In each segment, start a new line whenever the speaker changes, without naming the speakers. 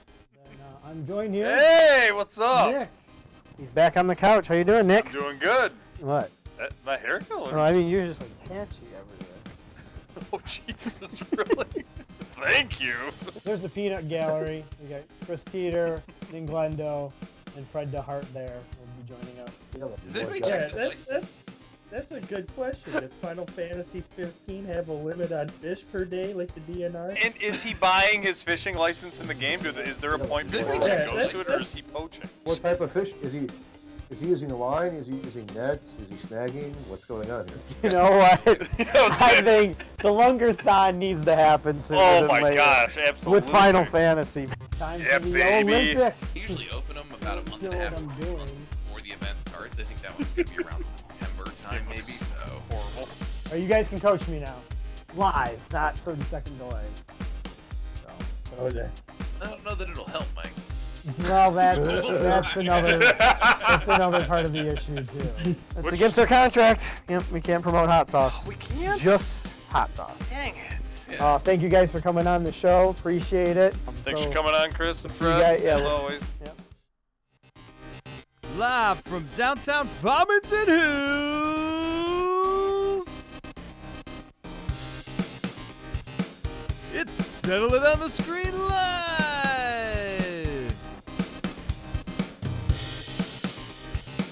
uh,
I'm joined here.
Hey, what's up?
Nick.
He's back on the couch. How you doing, Nick?
I'm doing good.
What?
That, my haircut looks.
Well, I mean, you're just like patchy everywhere.
Oh Jesus, really? Thank you.
There's the peanut gallery. We got Chris Teeter, Nick Glendo, and Fred DeHart there will be joining us.
Does anybody
Yeah,
check this?
that's, that's, that's a good question. Does Final Fantasy 15 have a limit on fish per day, like the DNR?
And is he buying his fishing license in the game? Do the, is there a point
Yeah,
before which he
that's-
goes to it, or
that's-
is he poaching?
What type of fish is he? Is he using a line? Is he using nets? Is he snagging? What's going on here?
You know what? I
I
think the longer thon needs to happen sooner
Oh
than
my
later.
gosh, absolutely.
With Final Fantasy.
Time
Yeah,
for the
baby.
Olympics.
I usually open them about a month
Know
and a
what
half
I'm doing.
before the event starts. I think that one's gonna be around September time, maybe. So
Horrible.
All right, Oh, you guys can coach me now. Live, not 30 second delay.
Oh, yeah.
I don't know that it'll help, Mike.
Well, that's, that's another that's another part of the issue too.
It's
Which-
against our contract. Yep, we can't promote hot sauce.
We can't.
Just hot sauce.
Dang it.
Yeah.
Uh, thank you guys for coming on the show. Appreciate it.
Thanks
So-
for coming on, Chris and
you
Fred.
guys- yeah,
as
we'll-
always.
Live from downtown Farmington Hills. It's Settle It on the Screen Live.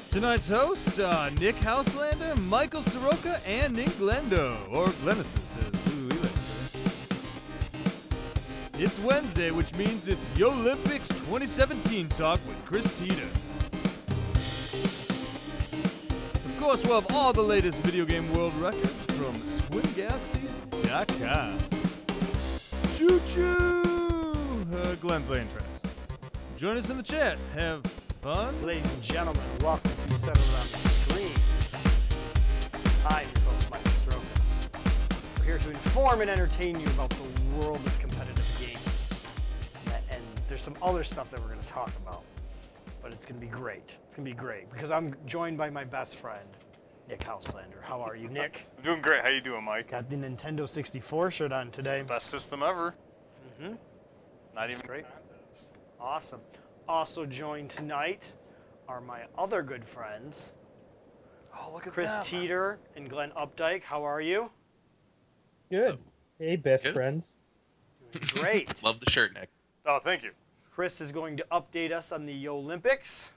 Tonight's hosts are Nick Houselander, Michael Soroka, and Nick Glendo, or Glenesis, as we like to say. It's Wednesday, which means it's Yo Olympics 2017 talk with Chris Tita. Of course, we'll have all the latest video game world records from TwinGalaxies.com. Choo choo! Uh, Glenn's laying trash. Join us in the chat. Have fun.
Ladies and gentlemen, welcome to Settled on the Screen. I'm your host, Michael Soroka. We're here to inform and entertain you about the world of competitive gaming. And there's some other stuff that we're going to talk about, but it's going to be great. It's going to be great because I'm joined by my best friend, Nick Houselander. How are you, Nick?
I'm doing great. How you doing, Mike?
Got the Nintendo 64 shirt on
It's the
today.
best system ever. Mm-hmm. Not even
Great.
contest.
Awesome. Also joined tonight are my other good friends,
Oh, look at
Chris
them.
Teeter and Glenn Updike. How are you?
Good. Hey, best
Good.
friends.
Great.
Love the shirt, Nick.
Oh, thank you.
Chris is going to update us on the Olympics.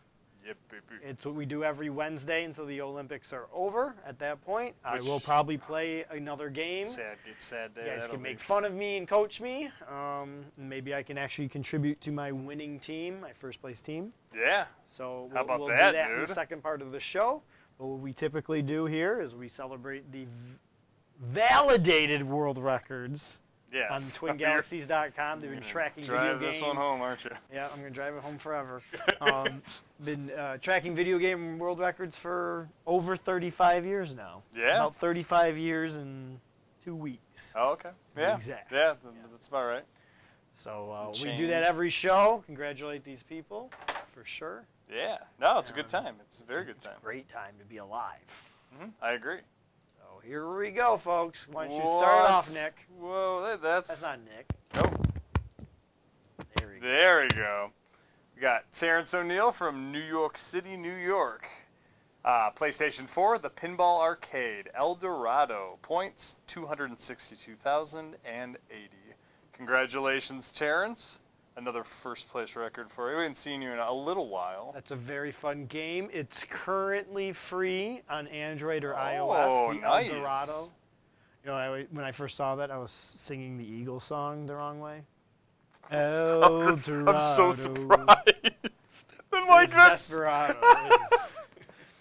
Yep, yep, yep.
It's what we do every Wednesday until the Olympics are over. At that point, I will probably play another game.
Sad, it's sad day.
You guys
that'll
can make
be-
fun of me and coach me. Um, maybe I can actually contribute to my winning team, my first place team.
Yeah.
So we'll,
about
we'll
that,
do that in
dude?
the second part of the show. But what we typically do here is we celebrate the v- validated world records
Yeah.
on twingalaxies.com. They've been tracking
Drive
video
this
games.
one home, aren't you?
Yeah, I'm gonna drive it home forever. Um, been uh, tracking video game world records for over 35 years now.
Yeah.
About 35 years and two weeks.
Oh, okay. Yeah.
Exact.
Yeah, th- that's about right.
So uh, we
Change.
do that every show. Congratulate these people, for sure.
Yeah. No, it's a good time. It's a very good time. Mm-hmm.
Great time to be alive.
I agree.
So here we go, folks. Why don't you start it off,
What?
Nick?
Whoa, that- that's.
That's not Nick.
Nope.
There we go.
There we go. We got Terrence O'Neill from New York City, New York. Uh, PlayStation 4, the Pinball Arcade, El Dorado. Points 262,080. Congratulations, Terrence. Another first place record for you. We haven't seen you in a little while.
That's a very fun game. It's currently free on Android or
Oh,
iOS. The
nice.
El Dorado. You know, I, wa- when I first saw that, I was singing the Eagles song the wrong way. El
I'm so
Dorado.
surprised. And
It's
Mike, that's,
Desperado.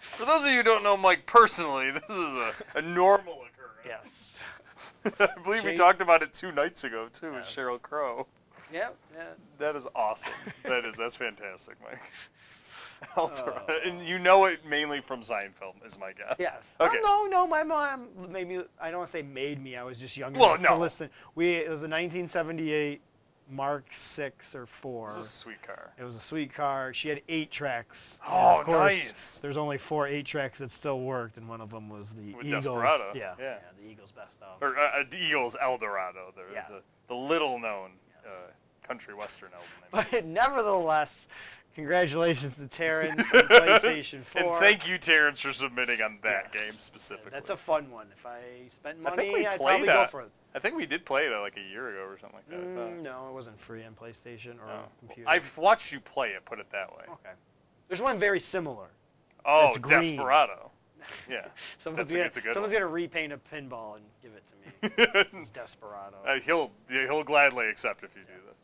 for those of you who don't know Mike personally, this is a, a normal occurrence.
yes.
I believe we
Shane-
talked about it two nights ago, too, with Cheryl Crow.
Yep. Yeah.
That is awesome. that is that's fantastic, Mike. El Dorado. And you know it mainly from Seinfeld, is my guess.
Oh. Yes.
Okay.
Oh, no, no, my mom made me. I don't want to say made me. I was just young
Well,
enough
no.
to listen. We it was a 1978 Mark six or four.
This is a sweet car.
It was a sweet car. She had eight tracks. And
Oh,
of course,
nice.
There's only four eight tracks that still worked, and one of them was the
With
Eagles.
Desperado.
Yeah,
Yeah.
the Eagles best of.
Or uh, uh, the Eagles El Dorado. They're
Yeah.
the, the little known
Yes.
uh, country western album. I mean.
But nevertheless, congratulations to Terrence on PlayStation 4.
And thank you, Terrence, for submitting on that
Yes.
game specifically.
That's a fun one. If I spent
I
money,
think we
would
played
probably
that.
go for it.
I think we did play that like a year ago or something like that. I thought.
Mm, no, it wasn't free on PlayStation or
Oh.
computer.
I've watched you play it. Put it that way.
okay. There's one very similar.
Oh,
It's green.
Desperado. Yeah.
Someone's
That's a-
gonna,
it's a good
someone's
one.
gonna repaint a pinball and give it to me. It's Desperado.
Uh, he'll yeah, he'll gladly accept if you do this.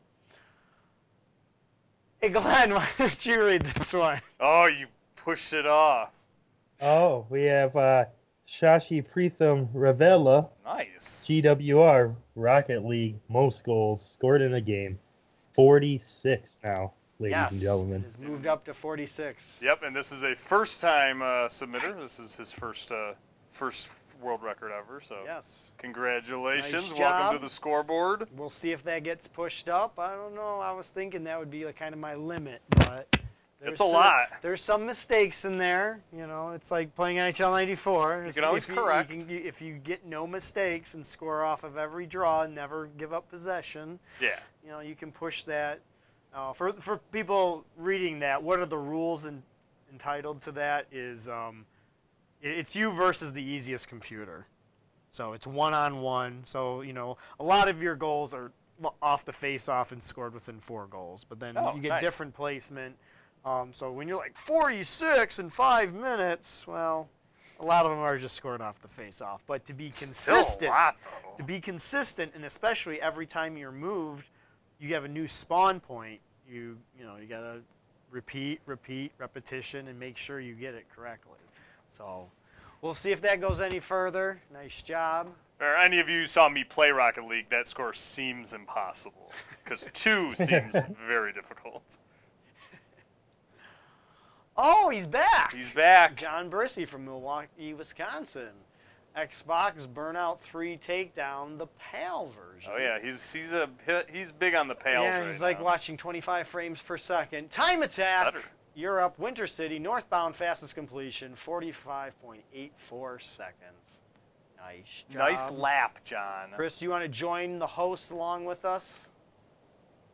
Hey Glenn, why don't you read this one?
Oh, you pushed it off.
Oh, we have uh, Shashi Pritham Ravella,
Nice.
GWR, Rocket League, most goals scored in a game. 46 now, ladies
yes,
and gentlemen.
it has moved up to 46.
Yep, and this is a first-time uh, submitter. This is his first uh, first world record ever. So
Yes.
congratulations.
Nice
Welcome to
job.
the scoreboard.
We'll see if that gets pushed up. I don't know. I was thinking that would be like kind of my limit, but there's
It's a lot.
There's some mistakes in there. You know, it's like playing NHL '94. You
can always
if you,
correct.
You can, you- if you get no mistakes and score off of every draw and never give up possession,
Yeah.
you know, you can push that. Uh, for for people reading that, what are the rules in, entitled to that? Is um, i- it's you versus the easiest computer, so it's one on one. So you know, a lot of your goals are lo- off the face off and scored within four goals, but then
Oh,
you get
nice.
different placement. Um, so when you're like 46 in five minutes, well, a lot of them are just scored off the face off. But to be
Still a
consistent,
lot,
to
though.
be consistent and especially every time you're moved you have a new spawn point you you know you gotta repeat repeat repetition and make sure you get it correctly so we'll see if that goes any further nice job
For any of you who saw me play Rocket League, that score seems impossible because two seems very difficult.
oh he's back
He's back.
john brissy from milwaukee wisconsin xbox burnout 3 takedown the pal version
Oh yeah, he's he's a he's big on the pails
Yeah,
right
he's like
now.
watching 25 frames per second. Time attack.
Better.
Europe, Winter City, northbound fastest completion, 45.84 seconds. Nice job.
Nice lap, John.
Chris, you want to join the host along with us?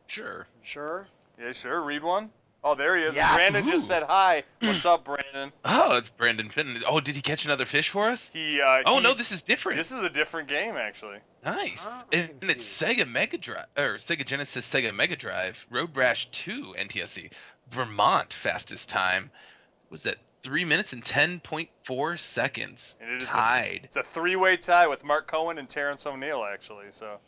Sure.
Sure.
Yeah, sure. Read one. Oh, there he is.
Yes.
Brandon just said hi. What's up, Brandon?
Oh, it's Brandon Finn. Oh, did he catch another fish for us?
He. Uh,
Oh
he-
no, this is different.
This is a different game, actually.
nice.
Ah, I'm
and it's Sega Mega Drive or Sega Genesis Sega Mega Drive Road Rash 2 NTSC Vermont fastest time was at 3 minutes and 10.4 seconds.
And it is a-
tied.
It's a three-way tie with Mark Cohen and Terrence O'Neill, actually. So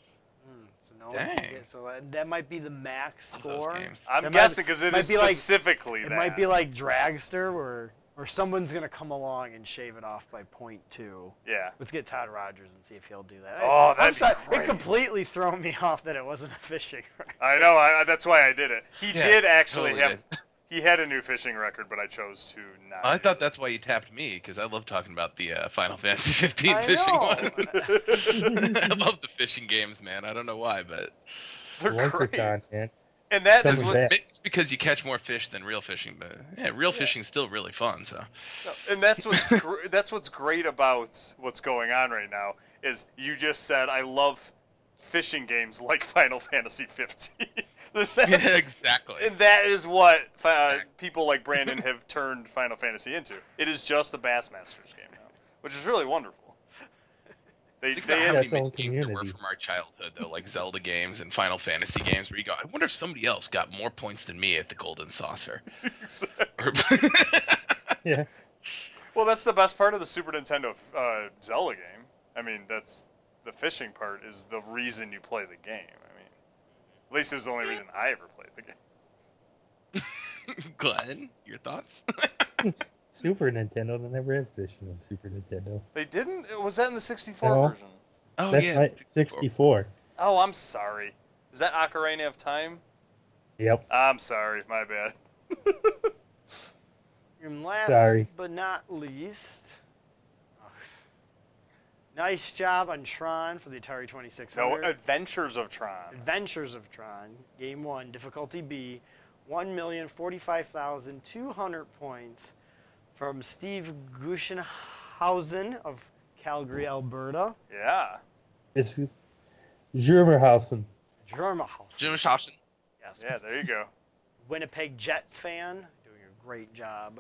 Mm, so, no one can
Dang.
get- so uh, that might be the max
Love those
score.
games.
I'm
That might-
guessing because it
might
is
be like-
specifically
It
that.
might be like Dragster, where or someone's gonna come along and shave it off by point two.
Yeah.
Let's get Todd Rogers and see if he'll do that.
Oh,
I'm
that'd be
sorry,
great.
It completely threw me off that it wasn't a fishing. rod.
I know. I, I- that's why I did it. He
Yeah,
did actually
totally
have. He had a new fishing record, but I chose to not.
I
use
thought
it.
that's why you tapped me because I love talking about the uh, Final Fantasy 15
I
fishing
know.
one. I love the fishing games, man. I don't know why, but
they're
Worker
great.
Con, man.
And that
Tell
is
me
what,
that.
maybe it's because you catch more fish than real fishing. But yeah, real fishing's still really fun. So
No, and that's what's gr- that's what's great about what's going on right now is you just said I love fishing games like Final Fantasy 15.
yeah, exactly.
and that is what uh, people like Brandon have turned Final Fantasy into. It is just a Bassmasters game now, which is really wonderful. They,
Think
they
about how
have its
many
own
mixed games there were
community.
from our childhood, though, like Zelda games and Final Fantasy games, where you go, I wonder if somebody else got more points than me at the Golden Saucer. Or-
Yeah.
well, that's the best part of the Super Nintendo uh, Zelda game. I mean, that's the fishing part is the reason you play the game. I mean, at least it was the only reason I ever played the game.
Glenn, your thoughts?
Super Nintendo, they never had fishing on Super Nintendo.
They didn't. Was that in the 64
No.
version?
Oh
That's
yeah,
right, 64.
Oh, I'm sorry. Is that Ocarina of Time?
Yep.
I'm sorry, my bad.
And last
Sorry.
but not least, nice job on Tron for the Atari
No, uh,
2600.
Adventures of Tron.
Adventures of Tron, Game 1, Difficulty B, 1,045,200 points from Steve Guschenhausen of Calgary, Alberta.
Yeah.
It's Jurmerhausen.
Germahausen.
Jim Shopson.
Gasp.
Yeah, there you go.
Winnipeg Jets fan, doing a great job.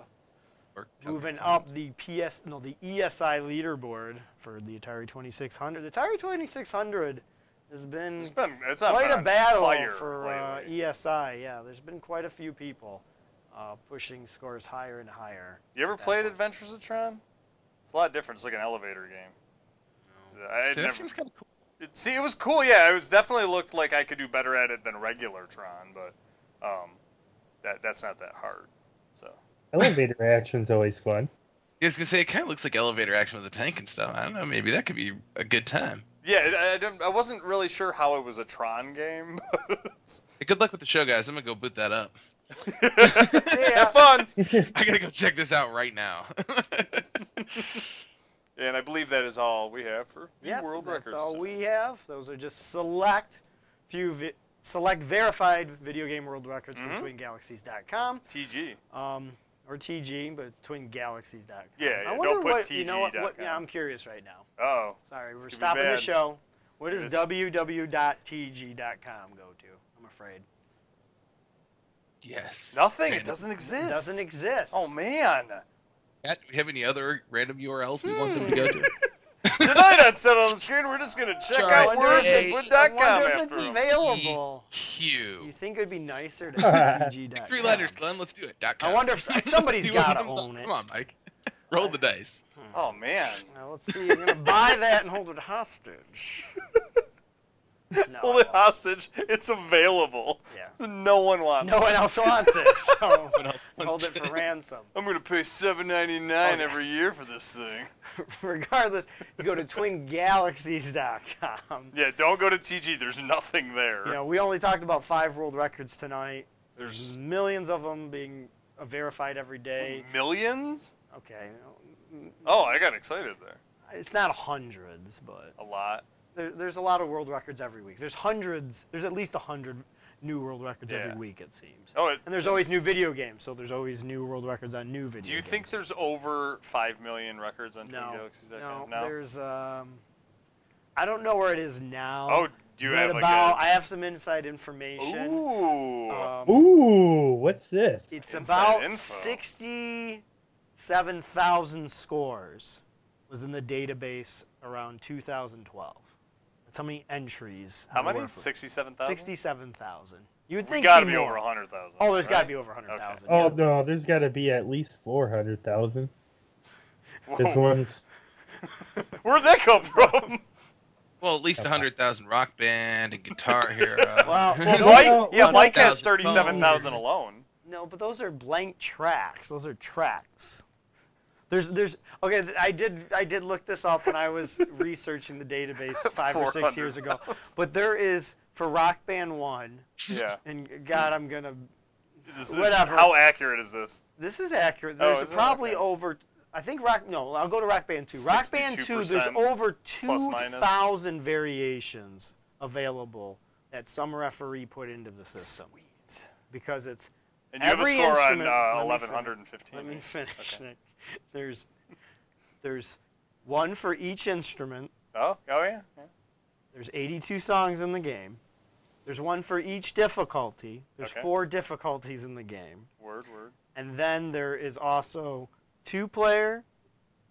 Or- oh,
Moving up the PS, no, the ESI leaderboard for the Atari 2600. The Atari 2600 has been,
It's been it's not
quite
been
a
on
battle
fire
for uh,
lately.
ESI. Yeah, there's been quite a few people uh, pushing scores higher and higher.
You ever played Adventures of Tron? It's a lot different. It's like an elevator game. It's- I
See,
had
that
never,
seems kind of cool.
it, see, it was cool. Yeah, it was definitely looked like I could do better at it than regular Tron, but um, that that's not that hard. So
Elevator action's always fun.
Yeah, I was gonna say it kind of looks like elevator action with a tank and stuff. I don't know. Maybe that could be a good time.
yeah, it, I, I didn't, I wasn't really sure how it was a Tron game.
Hey, good luck with the show, guys. I'm gonna go boot that up.
uh,
Have fun.
I gotta go check this out right now.
And I believe that is all we have for the
Yeah,
world
that's
records.
all we have. Those are just select few vi- select verified video game world records
Mhm.
from twingalaxies.com
TG.
um, or TG, but it's twingalaxies.com.
Yeah, yeah,
I
don't
wonder
put
what, You know what, what-
TG.com.
yeah, I'm curious right now.
Oh,
Sorry,
This
we're
could be
stopping the
bad.
show. What does
It's-
www.tg.com go to? I'm afraid.
yes.
nothing.
Random.
It doesn't exist.
It doesn't exist.
Oh man.
Pat, do we have any other random URLs we want them to go to?
Hmm.
Tonight on Set on the Screen, we're just gonna check
Sorry.
I
out
wonder
words
if-
and put
I
dot com
wonder if it's
after 'em.
available. You
Q.
think it'd be nicer to TG.com?
Three letters, Glenn. Let's do it. Dot
I
com.
wonder if- somebody's
You want
gotta
them to-
own it.
Come on, Mike. Roll the dice.
Oh man.
Now let's see. I'm gonna buy that and hold it hostage. No, I
Hold it
won't.
hostage. It's available.
Yeah.
No one wants.
No
it.
one else wants it, so
What else?
hold it for ransom.
I'm gonna pay 7.99
Oh, yeah.
every year for this thing.
Regardless, you go to twingalaxies.com.
Yeah, don't go to TG. There's nothing there.
You know, we only talked about five world records tonight.
There's
Millions of them being verified every day.
millions.
Okay,
Oh, I got excited there.
it's not hundreds, but
A lot.
there, there's a lot of world records every week. There's hundreds. There's at least a hundred new world records
Yeah.
every week. It seems.
Oh, it,
And there's always new video games, so there's always new world records on new video games.
do you think there's over five million records on
no, no,
TwinGalaxies.com?
there's um, I don't know where it is now.
Oh, do you
but
have like
about
a-
I have some inside information.
Ooh.
Um,
Ooh, what's this?
It's
Inside
about
info.
sixty-seven thousand scores was in the database around 2012. That's how many entries.
How
there
many?
were for-
Sixty-seven thousand.
Sixty-seven thousand. You would
We
think
gotta
it'd
be over
more.
a hundred thousand.
Oh, there's
right?
got to be over hundred thousand.
oh no, there's got to be at least four hundred thousand. This
Whoa,
one's
Where'd that come from?
Well, at least 100,000 Rock Band and Guitar Hero.
Well,
Well,
no,
Mike,
no,
yeah,
no,
Mike
no.
has thirty-seven thousand alone.
no, but those are blank tracks. Those are tracks. There's, there's. Okay, th- I did, I did look this up when I was researching the database five or six years ago. But there is for Rock Band One,
Yeah.
and God, I'm gonna.
This is,
Whatever.
How accurate is this?
This is accurate. There's
Oh, is it?
probably
Okay.
over. I think Rock. No, I'll go to Rock Band Two. Rock Band Two. There's
62%
over two
plus minus.
thousand variations available that some referee put into the system
Sweet.
because it's
And you have a
Every
score on
instrument- let
uh,
me
eleven hundred and
Let me
fifteen.
finish. Nick. There's, there's one for each instrument.
Oh, oh yeah. yeah.
There's 82 songs in the game. There's one for each difficulty. There's
Okay.
four difficulties in the game.
Word, word.
And then there is also two player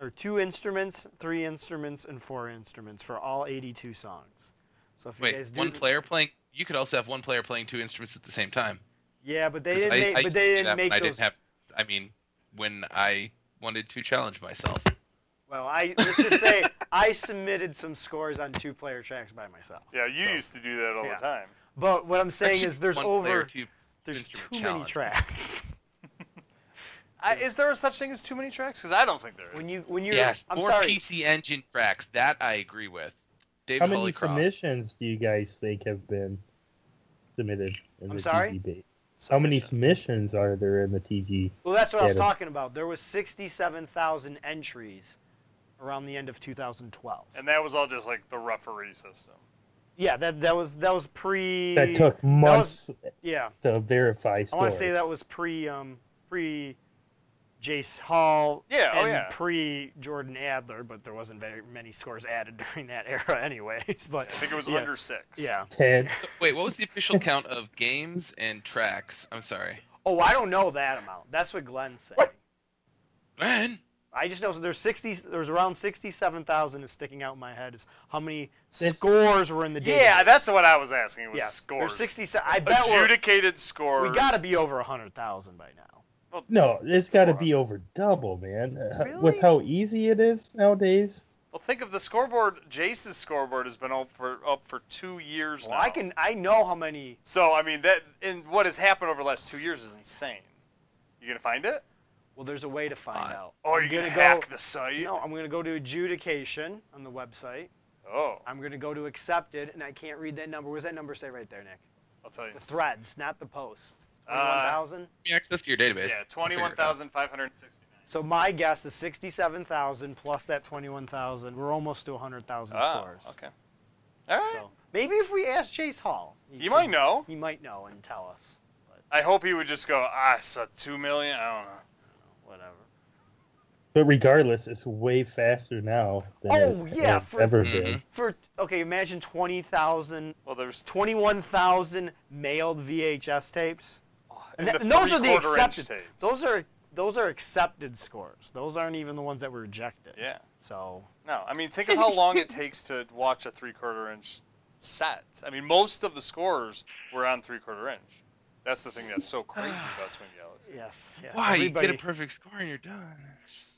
or two instruments, three instruments, and four instruments for all 82 songs. So if you guys
Wait,
do
one player playing. You could also have one player playing two instruments at the same time.
Yeah, but they
'Cause
didn't
I,
make
I
but
used to
they
do
didn't
that
make
when I
those
didn't have. I mean, when I wanted to challenge myself.
Well, I let's just say I submitted some scores on two player tracks by myself.
Yeah, you
So-
used to do that all
Yeah.
the time.
But what I'm saying
Actually,
is there's
one player,
over
two
there's too
instrument
many
challenge.
tracks.
I, is there a such thing as too many tracks? Because I don't think there is.
When you when you're
Yes,
I'm
more
sorry.
PC Engine tracks. That I agree with. David
how many
Holycross.
submissions do you guys think have been submitted in
I'm
the
sorry?
TG debate? How many
Submission.
submissions are there in the TG?
Well, that's what I was
Data.
talking about. There was 67,000 entries around the end of 2012.
And that was all just like the referee system.
yeah, that that was that was pre
That took
was-
months
Yeah.
to verify.
I
Scores.
want to say that was pre um pre Jace Hall
Yeah, oh
and
yeah.
pre Jordan Adler, but there wasn't very many scores added during that era, anyways. But
I think it was
yeah,
under six.
Yeah.
Ted.
Wait, what was the official count of games and tracks? I'm sorry.
Oh, I don't know that amount. That's what Glenn said.
Man,
I just know so there's sixty. There's around sixty-seven thousand is sticking out in my head. Is how many
This-
scores were in the
Yeah,
database.
that's what I was asking. It was
yeah.
scores.
There's sixty-seven. I bet we're,
Adjudicated scores.
we got to be over hundred thousand by now.
No, it's got to be over double, man. Uh, With how easy it is nowadays.
Well, think of the scoreboard. Jace's scoreboard has been up for up for two years
Well,
now.
I can. I know how many.
So I mean that, and what has happened over the last two years is insane. You gonna find it?
Well, there's a way to find
Uh,
out.
Oh,
I'm
you gonna,
gonna
hack
go.
the site?
No, I'm gonna go to adjudication on the website.
Oh,
I'm gonna go to accepted, and I can't read that number. What does that number say right there, Nick?
I'll tell you.
The threads, not the post.
Uh,
Twenty-one thousand.
give me access to your database.
Yeah,
I'll figure it out.
twenty-one thousand five hundred sixty-nine.
So my guess is 67,000 plus that 21,000. We're almost to 100,000 scores.
Ah, okay. All right.
So maybe if we ask Chase Hall,
you might know.
He might know and tell us.
I hope he would just go. Ah, it's a two million. I don't know.
Whatever.
But regardless, it's way faster now than
Oh,
it
yeah,
has
for-
ever
Mhm.
been.
For okay, imagine 20,000,
Well, there's
21,000 mailed VHS tapes. And,
And
th-
the
and those are the
three-quarter inch
accepted.
tapes.
Those are those are accepted scores. Those aren't even the ones that were rejected.
yeah.
So
No, I mean think of how long it takes to watch a three-quarter inch set. I mean most of the scores were on three-quarter inch. That's the thing that's so crazy about Twin Galaxy.
yes, yes.
Why you
everybody-
get a perfect score and you're done. It's just-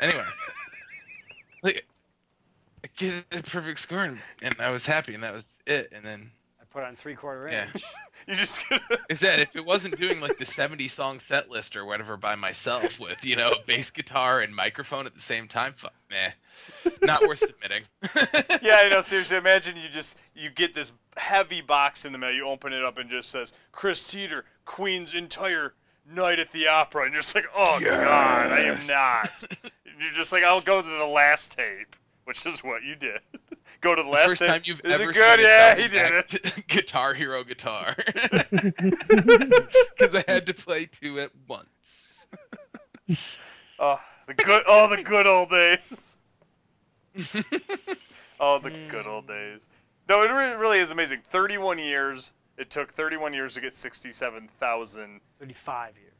Anyway, like, I get a perfect score and, and I was happy and that was it. And then
I put on three quarter
Yeah.
inch.
You just
is that if it wasn't doing like the 70 song set list or whatever by myself with you know bass guitar and microphone at the same time, fuck, meh, not worth submitting.
yeah, I know. Seriously, imagine you just you get this heavy box in the mail. You open it up and just says Chris Teeter, Queen's entire night at the opera, and you're just like, oh god, I am not. you're just like, I'll go to the last tape, which is what you did. go to the last
First
tape.
time you've
Is
ever
it good? Yeah, he did it.
double-backed Guitar Hero guitar because I had to play two at once.
Oh, the good, oh, the good old days. oh, the good old days. No, it re- really is amazing. Thirty-one years. It took thirty-one years to get sixty-seven thousand
35 years.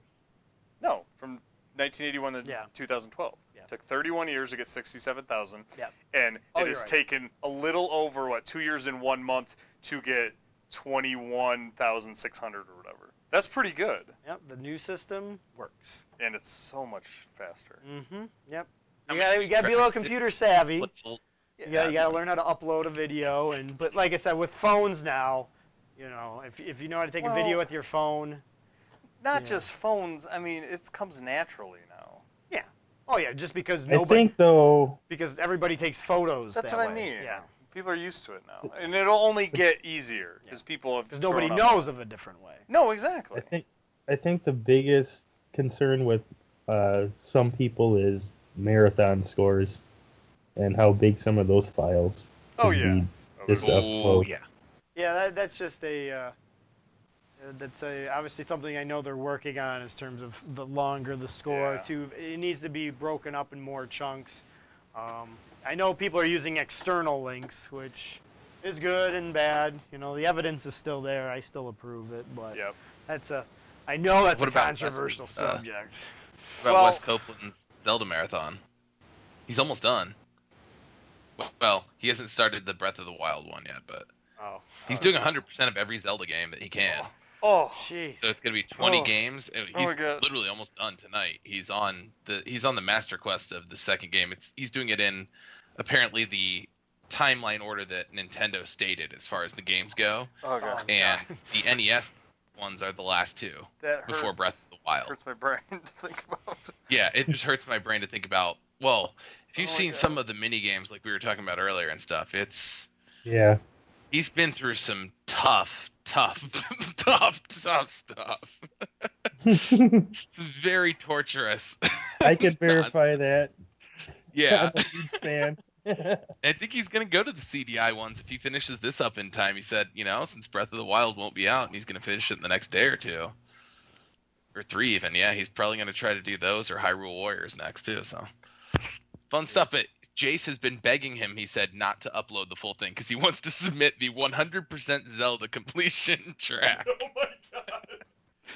No, from 1981 to
Yeah.
2012.
Yeah.
Took 31 years to get 67,000,
Yep.
and
Oh,
it
you're
has
right.
taken a little over what two years and one month to get 21,600 or whatever. That's pretty good,
Yep, the new system works.
and it's so much faster.
Mm-hmm. Yep.
I
You
mean,
gotta, you gotta be a little computer savvy.
What's old-
You gotta, you gotta learn how to upload a video, and but like I said, with phones now, you know, if, if you know how to take a video
Well-
with your phone,
Not
Yeah.
just phones. I mean, it comes naturally now.
yeah. Oh yeah, just because
I
nobody,
think though,
because everybody takes photos.
That's
that
what I
way.
mean.
Yeah,
People are used to it now, and it'll only get easier because people have.
because nobody
grown up.
knows of a different way.
No, exactly.
I think I think the biggest concern with uh, some people is marathon scores and how big some of those files.
Oh
can
yeah.
be Just
Oh,
upload.
yeah.
Yeah, that, that's just a. Uh, uh, that's a, obviously something I know they're working on in terms of the longer the score.
Yeah.
To it needs to be broken up in more chunks. Um, I know people are using external links, which is good and bad. You know, the evidence is still there. I still approve it, but
Yep.
that's a. I know that's
What
a
about- that's-
controversial
uh,
subject.
What about
Well-
Wes Copeland's Zelda marathon? He's almost done. Well, he hasn't started the Breath of the Wild one yet, but
Oh,
he's doing 100% of every Zelda game that he can.
Oh.
jeez.
So it's going to be 20
Oh.
games. and
Oh
He's
my God.
literally almost done tonight. He's on the he's on the master quest of the second game. It's he's doing it in apparently the timeline order that Nintendo stated as far as the games go,
Oh god.
Oh.
and the NES ones are the last two
that hurts.
before Breath of the Wild.
Hurts my brain to think about.
Yeah, it just hurts my brain to think about. Well, if you've
Oh my
seen
God.
some of the mini games like we were talking about earlier and stuff, it's
Yeah,
he's been through some tough, tough, tough, tough stuff. Very torturous.
I could verify that.
yeah,
I'm a huge fan.
I think he's gonna go to the CDI ones if he finishes this up in time. He said, you know, since Breath of the Wild won't be out, and he's gonna finish it in the next day or two. or three even. Yeah, he's probably going to try to do those or Hyrule Warriors next too. So fun stuff. But Jace has been begging him, he said, not to upload the full thing because he wants to submit the 100% Zelda completion track.
Oh my god.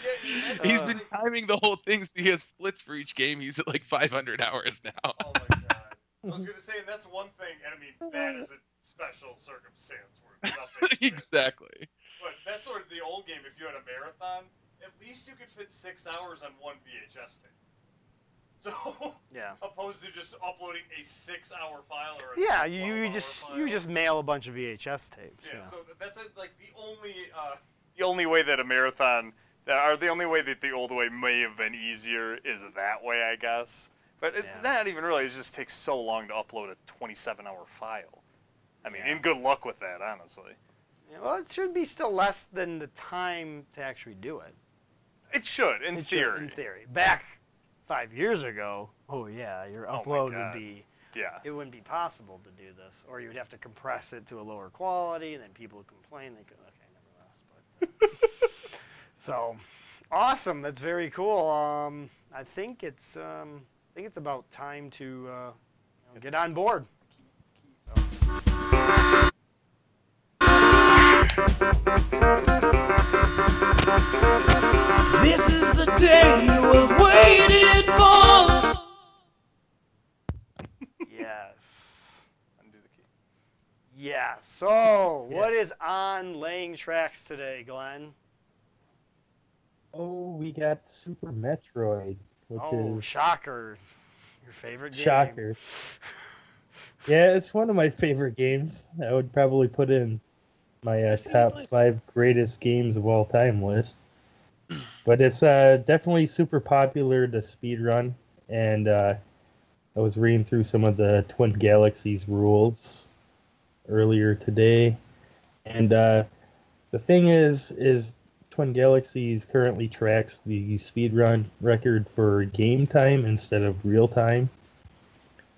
Yeah, that's-
Uh.
He's been timing the whole thing, so he has splits for each game. He's at like 500 hours now.
Oh my god. I was gonna say that's one thing, and I mean that is a special circumstance where nothing.
exactly.
But that's sort of the old game. If you had a marathon, at least you could fit six hours on one VHS tape. So
Yeah.
opposed to just uploading a six-hour file or a
Yeah, you,
12-hour
you just
file.
you just mail a bunch of VHS tapes.
yeah.
Yeah.
So that's uh, like the only uh, the only way that a marathon that or the only way that the old way may have been easier is that way, I guess. But it,
Yeah.
not even really. It just takes so long to upload a 27-hour file. I mean,
Yeah.
and good luck with that, honestly.
Yeah, Well, it should be still less than the time to actually do it.
It should, in
It should-
theory.
in theory. Back five years ago, oh yeah, your
Oh my
upload
God.
would be
Yeah.
it wouldn't be possible to do this, or you would have to compress it to a lower quality, and then people would complain. They go, okay, nevertheless. But, uh, so, awesome. That's very cool. Um, I think it's um, I think it's about time to uh, you know, get on board.
This is the day you have waited for.
yes.
Undo the key.
Yeah. So, what is on laying tracks today, Glenn?
Oh, we got Super Metroid, which
oh,
is
shocker! Your favorite game.
shocker. Yeah, it's one of my favorite games. I would probably put in my uh, top five greatest games of all time list. But it's uh, definitely super popular to speedrun, and uh, I was reading through some of the Twin Galaxies rules earlier today, and uh, the thing is, is Twin Galaxies currently tracks the speedrun record for game time instead of real time.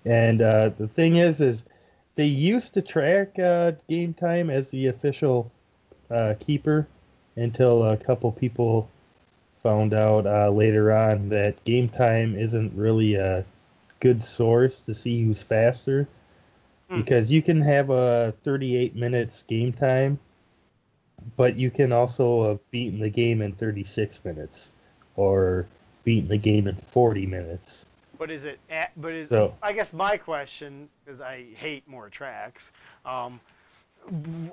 And uh, the thing is, is they used to track uh, game time as the official uh, keeper until a couple people found out uh, later on that game time isn't really a good source to see who's faster
Hmm.
because you can have a 38 minutes game time but you can also have beaten the game in 36 minutes or beaten the game in 40 minutes
But is it? At, but is
So-
I guess my question, because I hate more tracks, um, w-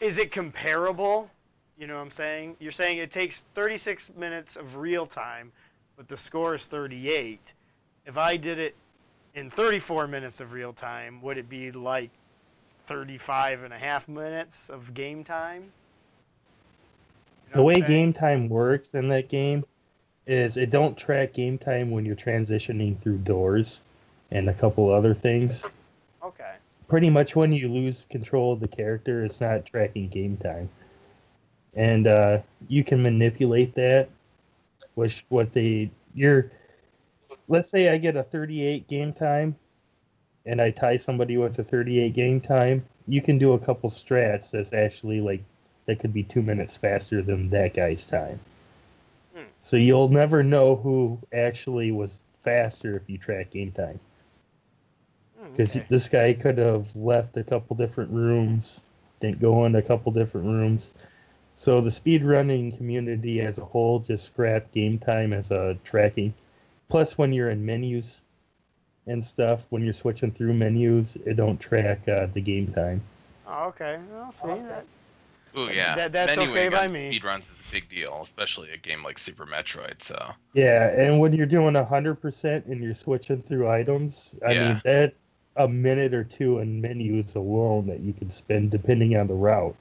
is it comparable? You know what I'm saying? You're saying it takes 36 minutes of real time, but the score is 38. If I did it in 34 minutes of real time, would it be like 35 and a half minutes of game time? You know
the
what
way
I'm saying?
game time works in that game is it don't track game time when you're transitioning through doors and a couple other things
Okay.
pretty much when you lose control of the character it's not tracking game time and uh, you can manipulate that which what they you're let's say i get a 38 game time and i tie somebody with a 38 game time you can do a couple strats that's actually like that could be two minutes faster than that guy's time
Hmm.
so you'll never know who actually was faster if you track game time
Mm,
because
okay.
this guy could have left a couple different rooms, didn't go into a couple different rooms. So the speedrunning community as a whole just scrapped game time as a tracking. Plus, when you're in menus and stuff, when you're switching through menus, it don't track uh, the game time.
Oh, okay. I'll see that.
Ooh, yeah.
That- that's
Menuing
okay by
on
me.
Speedruns is a big deal, especially a game like Super Metroid. So
Yeah, and when you're doing hundred percent and you're switching through items, I
Yeah.
mean that a minute or two in menus alone that you can spend depending on the route.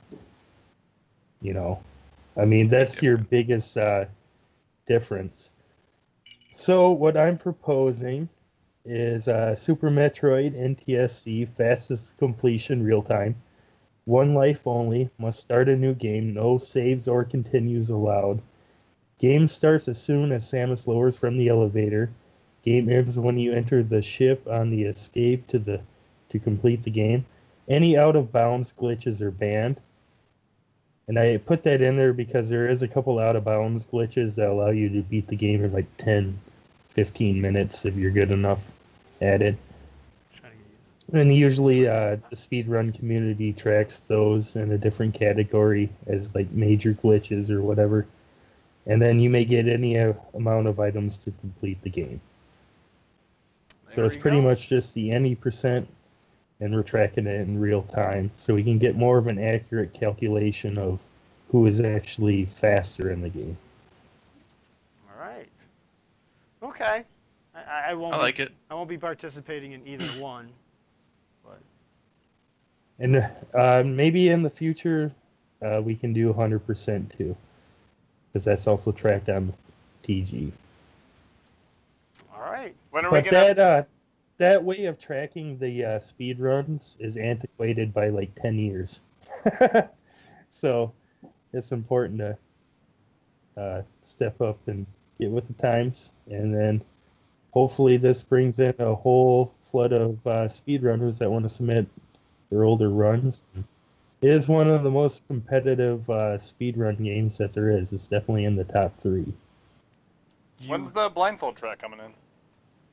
You know, I mean that's your biggest uh, difference. So what I'm proposing is uh, Super Metroid NTSC fastest completion real time. One life only. Must start a new game. No saves or continues allowed. Game starts as soon as Samus lowers from the elevator. Game ends when you enter the ship on the escape to the to complete the game. Any out of bounds glitches are banned. And I put that in there because there is a couple out of bounds glitches that allow you to beat the game in like 10, 15 minutes if you're good enough at it.
Trying to get used.
And usually, uh, the speedrun community tracks those in a different category as like major glitches or whatever. And then you may get any uh, amount of items to complete the game. So
There
it's
you
pretty
go.
much just the any percent, and we're tracking it in real time, so we can get more of an accurate calculation of who is actually faster in the game.
All right. Okay. I- I, I won't.
I
be-
like it.
I won't be participating in either one.
And uh, maybe in the future, uh, we can do 100% too, because that's also tracked on TG.
All right.
When are we
But
gonna?
that uh, that way of tracking the uh, speed runs is antiquated by like 10 years, so it's important to uh, step up and get with the times, and then. Hopefully, this brings in a whole flood of uh, speedrunners that want to submit their older runs. It is one of the most competitive uh, speedrun games that there is. It's definitely in the top three.
When's the blindfold track coming in?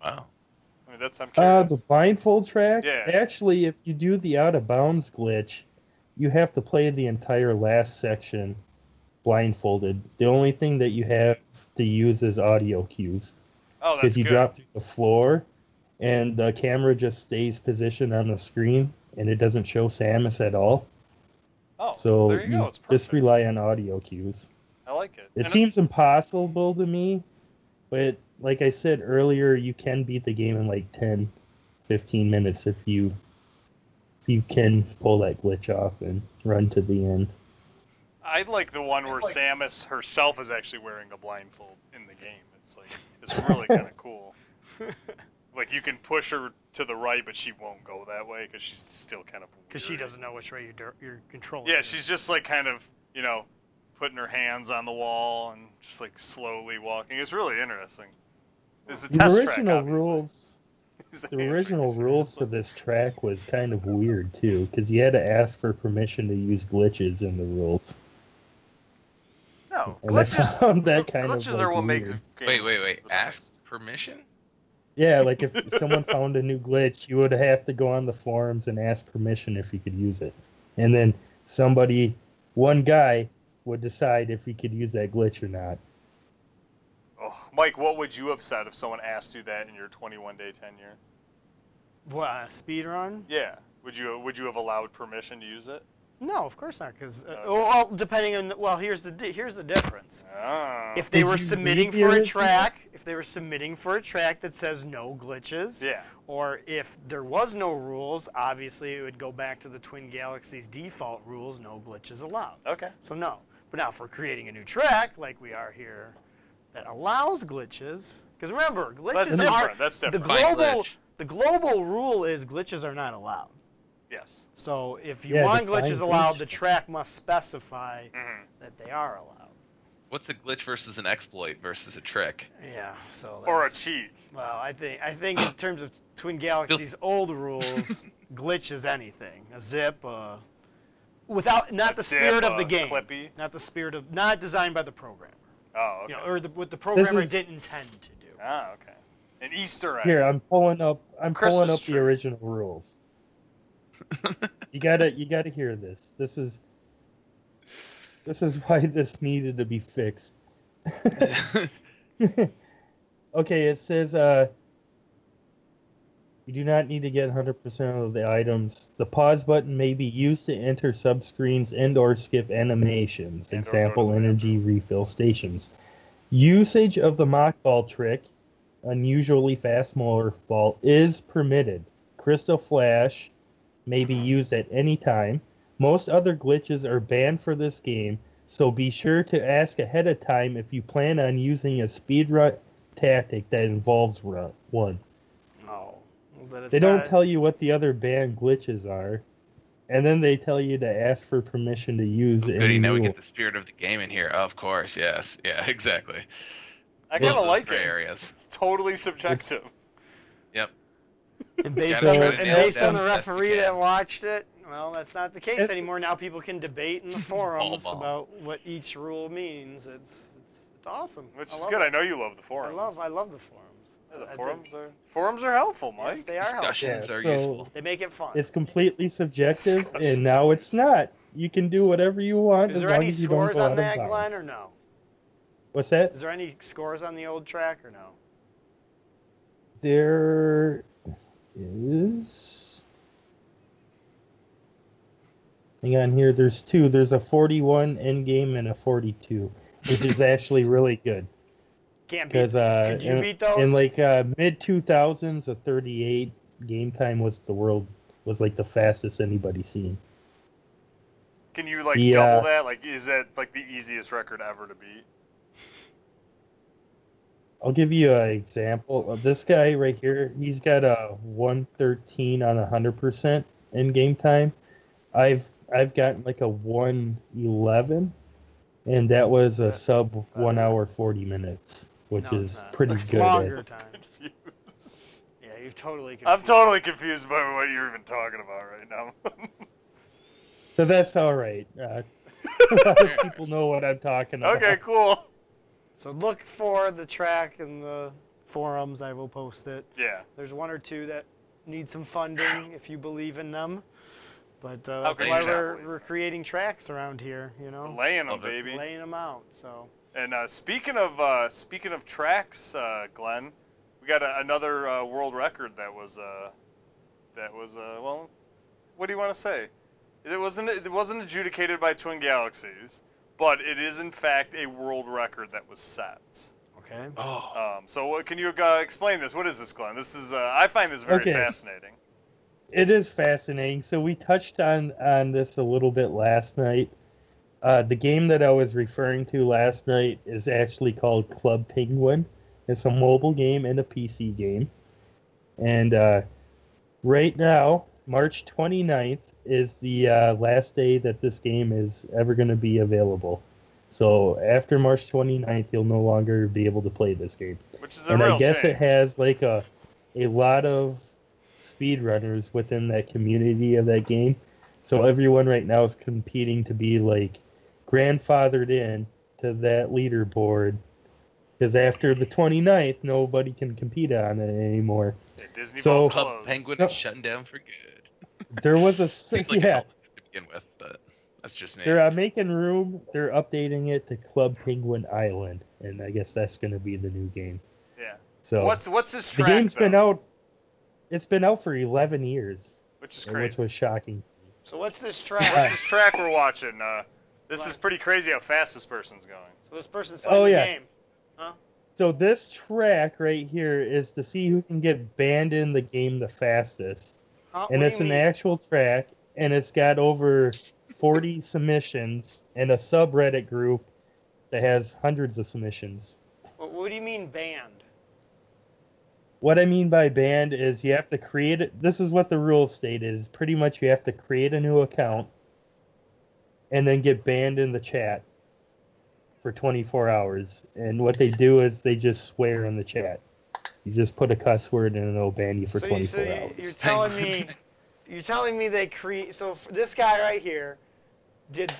Wow.
I mean, that's I'm
Uh,
curious.
the blindfold track.
Yeah.
Actually, if you do the out of bounds glitch, you have to play the entire last section blindfolded. The only thing that you have to use is audio cues
oh, that's
because you
good.
drop to the floor, and the camera just stays positioned on the screen, and it doesn't show Samus at all.
oh,
So
there you, go. It's
just
perfect.
rely on audio cues.
I like it.
It
And-
seems impossible to me, but like I said earlier, you can beat the game in like 10, 15 minutes if you if you can pull that glitch off and run to the end.
I like the one where Samus herself is actually wearing a blindfold in the game. It's like it's really kind of cool. Like you can push her to the right, but she won't go that way because she's still kind of
Because she
weird.
doesn't know which way you're, dir- you're controlling.
Yeah,
it.
she's just like kind of you know putting her hands on the wall and just like slowly walking. It's really interesting. It's a
The
test track,
original
obviously.
rules
He's
the
like, "It's
original
like-
rules to this track was kind of weird too, because you had to ask for permission to use glitches in the rules.
No,
And I
glitches.
found that kind of,
glitches
like,
are what makes.
weird.
games
Wait, wait, wait.
the
Ask
best.
permission?
Yeah, like if someone found a new glitch, you would have to go on the forums and ask permission if you could use it. And then somebody, one guy, would decide if he could use that glitch or not.
Oh, Mike, what would you have said if someone asked you that in your 21 day tenure?
What, uh, speed run?
Yeah. Would you would you have allowed permission to use it?
No, of course not. Because uh,
Okay.
well, depending on the, well, here's the di- here's the difference.
Oh.
If they
Did
were
you
submitting
read the
for a
original?
track, if they were submitting for a track that says no glitches,
Yeah.
or if there was no rules, obviously it would go back to the Twin Galaxies default rules, no glitches allowed.
Okay.
So no. But now if we're creating a new track like we are here that allows glitches, because remember, glitches
That's
are
different, that's
the
different.
Fine
global
glitch.
the global rule is glitches are not allowed.
Yes.
So if you
Yeah,
want
define
glitches allowed,
glitch.
the track must specify
Mm-hmm.
that they are allowed.
What's a glitch versus an exploit versus a trick?
Yeah. So
Or a
that's-
cheat.
well, I think I think in terms of Twin Galaxies old rules, glitch is anything a zip, uh, without not
A
the
dip,
spirit of
a
the game,
clippy.
not the spirit of not designed by the programmer,
Oh, okay.
you know, or the, what the programmer
is-
didn't intend to do.
Ah, okay. An Easter egg.
Here, I'm pulling up. I'm pulling
Christmas
up
tree.
the original rules. you gotta, you gotta hear this. This is, this is why this needed to be fixed. okay, it says uh, you do not need to get 100% of the items. The pause button may be used to enter subscreens and/or skip animations.
And or go to
example:
the
energy refill stations. Usage of the mock ball trick, unusually fast morph ball, is permitted. Crystal flash may be used at any time. Most other glitches are banned for this game, so be sure to ask ahead of time if you plan on using a speedrun tactic that involves run- one.
No. Oh. Well, then it's
They don't
not-
tell you what the other banned glitches are, and then they tell you to ask for permission to use
Goody,
any
now we
rule.
get the spirit of the game in here. of course, yes. Yeah, exactly.
I
Love
kind of
those
like
gray
it.
areas.
It's totally subjective.
Yep.
And based
gotta
on
try
the,
to
and
nail
based
down
on the
the best we
referee
can.
that watched it, Well, that's not the case
It's-
anymore. Now people can debate in the forums
ball.
about what each rule means. It's it's, it's awesome.
Which
I
is
love
good.
it.
I know you love the forums.
I love I love the forums.
Yeah,
I
the
think-
forums are forums are helpful,
yes,
Mike.
they are helpful.
Discussions
Yeah,
are
so-
useful.
They make it fun.
It's completely subjective,
Disgusting.
and now it's not. You can do whatever you want
Is
as
there
long
any
as you don't
scores
go out
on
of
that,
bounds.
Glenn, or no?
What's that?
Is there any scores on the old track or no?
There is. Hang on here. There's two. There's a 41 end game and a 42, which is actually really good
Can't be.
because uh,
Could you
in,
beat those?
in like uh, mid 2000s, a 38 game time was the world was like the fastest anybody seen.
Can you like
Yeah.
double that? Like, is that like the easiest record ever to beat?
I'll give you an example of this guy right here. He's got a 113 on 100% in game time. I've I've gotten like a 111, and that was a sub one hour 40 minutes, which
No, it's
is
not.
pretty
It's
good. eh?
Longer time.
Confused.
Yeah, you've totally.
I'm
confused.
totally confused by what you're even talking about right now.
So that's all right. Uh, a lot of people know what I'm talking about.
okay, cool.
So look for the track in the forums. I will post it.
Yeah.
There's one or two that need some funding if you believe in them. But uh,
How
that's
can
why
you not
we're,
believe
we're creating tracks around here, you know,
Laying them,
Love it.
baby.
laying them out. So
And uh, speaking of uh, speaking of tracks, uh, Glenn, we got a, another uh, world record that was uh, that was uh, well, what do you want to say? It wasn't it wasn't adjudicated by Twin Galaxies, but it is in fact a world record that was set.
okay,
Oh,
Um, so what, can you uh, explain this? What is this, Glenn? This is uh, I find this very
Okay.
fascinating.
It is fascinating. So we touched on on this a little bit last night. Uh, the game that I was referring to last night is actually called Club Penguin. It's a mobile game and a PC game. And uh, right now, March 29th is the uh, last day that this game is ever going to be available. So after March 29th, you'll no longer be able to play this game
Which is a
and
real
I guess
shame.
it has like a a lot of speedrunners within that community of that game. So everyone right now is competing to be like grandfathered in to that leaderboard because after the 29th nobody can compete on it anymore.
Yeah, Disney
So-
Oh.
Vault's
Club
closed.
Penguin
So-
is shutting down for good.
There was a s-
Seems like
yeah,
hell to begin with, but that's just me.
they're uh, making room, they're updating it to Club Penguin Island and I guess that's going to be the new game.
Yeah.
So
What's what's this
the
track?
game's been
though?
out it's been out for 11 years.
which is
which
crazy.
was shocking.
so what's this
What's
track?
this track we're watching? Uh, this
Black.
is pretty crazy how fast this person's going.
so this person's playing
Oh,
the
yeah.
game.
So this track right here is to see who can get banned in the game the fastest,
Huh? What
and
do
it's
you
an
mean?
actual track, and it's got over forty submissions and a subreddit group that has hundreds of submissions.
What, what do you mean banned?
What I mean by banned is you have to create. it- This is what the rules state is. Pretty much, you have to create a new account, and then get banned in the chat for 24 hours. And what they do is they just swear in the chat. You just put a cuss word in and it'll ban you for
so you,
24
so you-
hours.
you're telling me, you're telling me they create. So f this guy right here, did,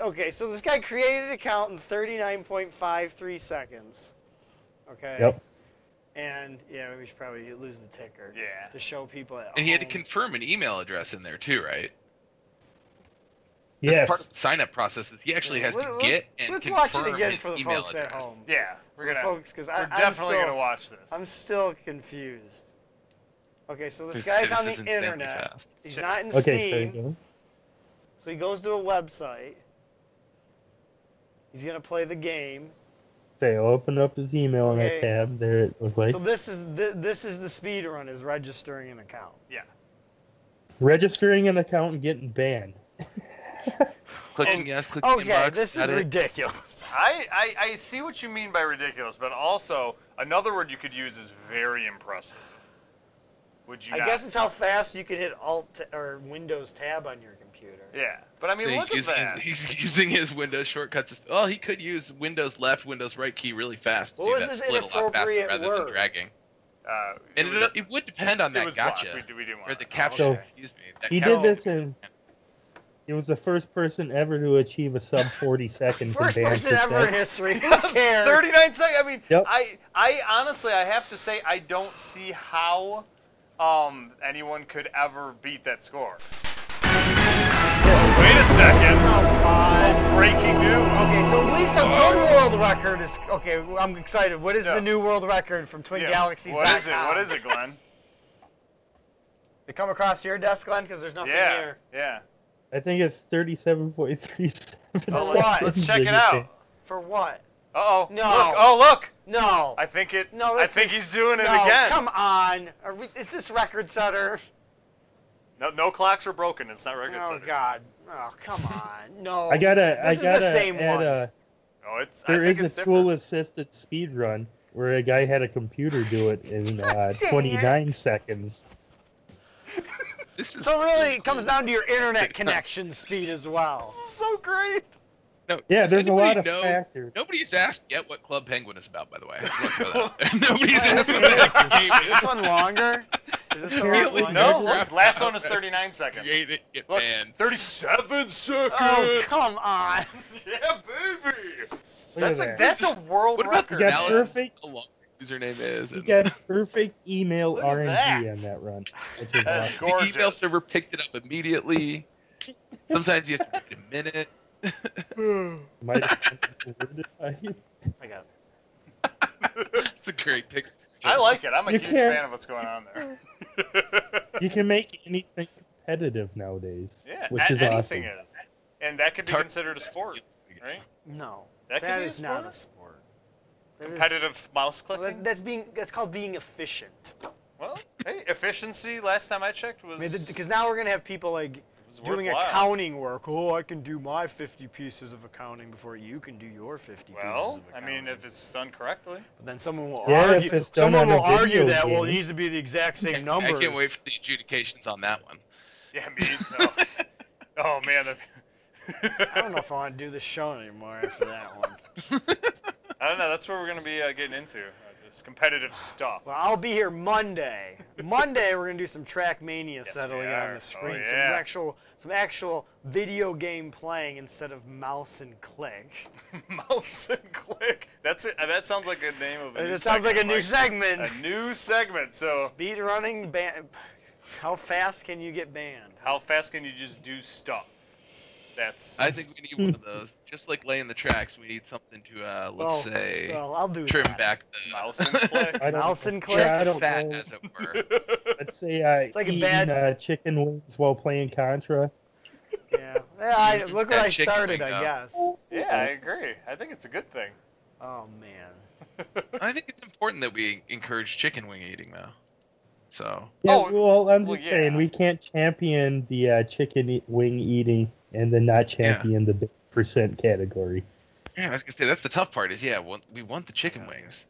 okay. So this guy created an account in 39.53 seconds. Okay.
Yep.
And yeah, we should probably lose the ticker.
Yeah.
To show people. At
and he had to
home.
confirm an email address in there too, right? That's
Yes.
part of the sign up process. Is he actually has to
Let's-
get and
Let's watch
confirm
it again
his
for the
email
folks
address.
at home.
Yeah, we're gonna
folks, because
we're
I'm
definitely
still,
gonna watch this.
I'm still confused. Okay, so this
This
guy's
shit
on
is
the
insanely
internet.
fast.
He's not in
okay, so
Steam.
you go.
So he goes to a website. He's gonna play the game.
So I opened up his email in
Okay.
that tab. There it looked like.
So this is the, this is the speed run is registering an account.
Registering an account and getting banned.
Clicking yes, clicking
Oh, Okay,
inbox.
this is
got it.
ridiculous.
I, I I see what you mean by ridiculous, but also another word you could use is very impressive. Would you?
I
not?
guess it's how fast you can hit Alt t- or Windows Tab on your computer.
Yeah, but I mean,
So he
look at
uses-
that.
he's using his Windows shortcuts. Well, he could use Windows left, Windows right key really fast. to
What
do
was
that
his
split a lot faster
inappropriate
rather
word?
than dragging.
Uh,
And
it
it,
was,
it would depend on
it
that
was blocked.
gotcha
We, we didn't want
or the
it.
capture.
So,
excuse me. that
He did
captcha.
this in He was the first person ever to achieve a sub 40 seconds
First
in dance.
person ever in history. Who cares?
39 seconds. I mean,
Yep.
I, I honestly, I have to say, I don't see how um, anyone could ever beat that score. Wait a second. Oh, Breaking news.
Okay, so at least a good world record is okay. I'm excited. What is
Yeah.
the new world record from Twin
Yeah,
Galaxies?
What is it? What is it, Glenn?
They come across your desk, Glenn, because there's nothing
yeah.
here.
Yeah.
I think it's 37.37
Oh,
why?
let's,
seconds.
let's
in
check it
the
out.
game.
For what?
Uh oh.
No.
Look. Oh, look.
No.
I think it.
No,
I
this
think
is-
he's doing it
no,
again.
Come on. Are we, is this record setter?
No, no clocks are broken. It's not record
oh,
setting.
God. Oh, come on. No.
I gotta, I
This is
gotta
the same
add
one.
a.
No, it's. I
There
think
is a
it's different.
tool-assisted speed run where a guy had a computer do it in uh,
Dang it.
29 seconds.
This is
So really, it comes down to your internet
Six times.
connection speed as well.
so great.
No,
Yeah,
does
there's a
anybody
lot of
know-
factors.
Nobody's asked yet what Club Penguin is about, by the way. I just want to know that. Nobody's asked what the heck the game
This
is.
one longer? Is this one
Really?
longer?
No,
Paragraph
look, last
out.
one was 39 seconds.
Create it, get
Look,
banned.
37 seconds.
Oh, come on.
yeah, baby.
Look
That's
at
a,
that.
that's a world
What about
record.
You
the
got
analysis?
perfect,
How long the username is?
you
And
got perfect email
Look at
RNG
that.
on that run, which is
That's
awesome.
the
gorgeous.
email server picked it up immediately. Sometimes you have to wait a minute.
Might have been worded
I got it.
It's a great picture.
I like it. I'm a
You
huge
can't-
fan of what's going on there.
by- you can make anything competitive nowadays,
Yeah,
which
a-
is awesome.
anything is. And that could be
Tar-
considered a sport, right?
No.
That could
that
be a
is not
sport.
a sport. That is-
Competitive mouse
well, that-
clicking.
that's being that's called being efficient.
Well, hey, efficiency. Last time I checked was
Because now we're gonna have people like
was
doing
worthwhile.
accounting work. Oh, I can do my 50 pieces of accounting before you can do your 50
Well,
pieces of
I
accounting.
mean, if it's done correctly.
But then someone will
Yeah, if
argue.
it's done
Someone
on a
will argue
video
that well, it
game.
needs to be the exact same
I
numbers.
can't wait for the adjudications on that one.
Yeah, me. Oh, oh man, that,
I don't know if I want to do this show anymore after that one.
I don't know. That's what we're gonna be uh, getting into. Uh, this competitive stuff.
Well, I'll be here Monday. Monday we're gonna do some Trackmania settling
we
on
are.
the
Oh,
screen, some
yeah.
actual, some actual video game playing instead of mouse and click.
Mouse and click. That's it. uh, That sounds like a name of a
It
new
just sounds like a
segment,
new segment.
A new segment. So,
Speed running ban. How fast can you get banned?
how fast can you just do stuff? That's.
I think we need one of those. Just like laying the tracks, we need something to, uh, let's
Oh,
Well,
say,
Well, I'll do
trim
that.
back the
mouse and click.
I don't-
Mouse and click.
Yeah, I don't
fat,
know.
as it were.
Let's say I
It's like a
eating,
bad-
uh, chicken wings while playing Contra.
Yeah. yeah I, look what
That
I
chicken
started.
wing,
I
though.
guess.
yeah, I agree. I think it's a good thing.
Oh man.
I think it's important that we encourage chicken wing eating, though. So
Yeah,
Oh,
well, I'm
well,
just saying
yeah.
we can't champion the uh, chicken e- wing eating and then not champion the big percent category.
yeah, I was gonna say that's the tough part. Is yeah, Mm. well, we want the chicken wings.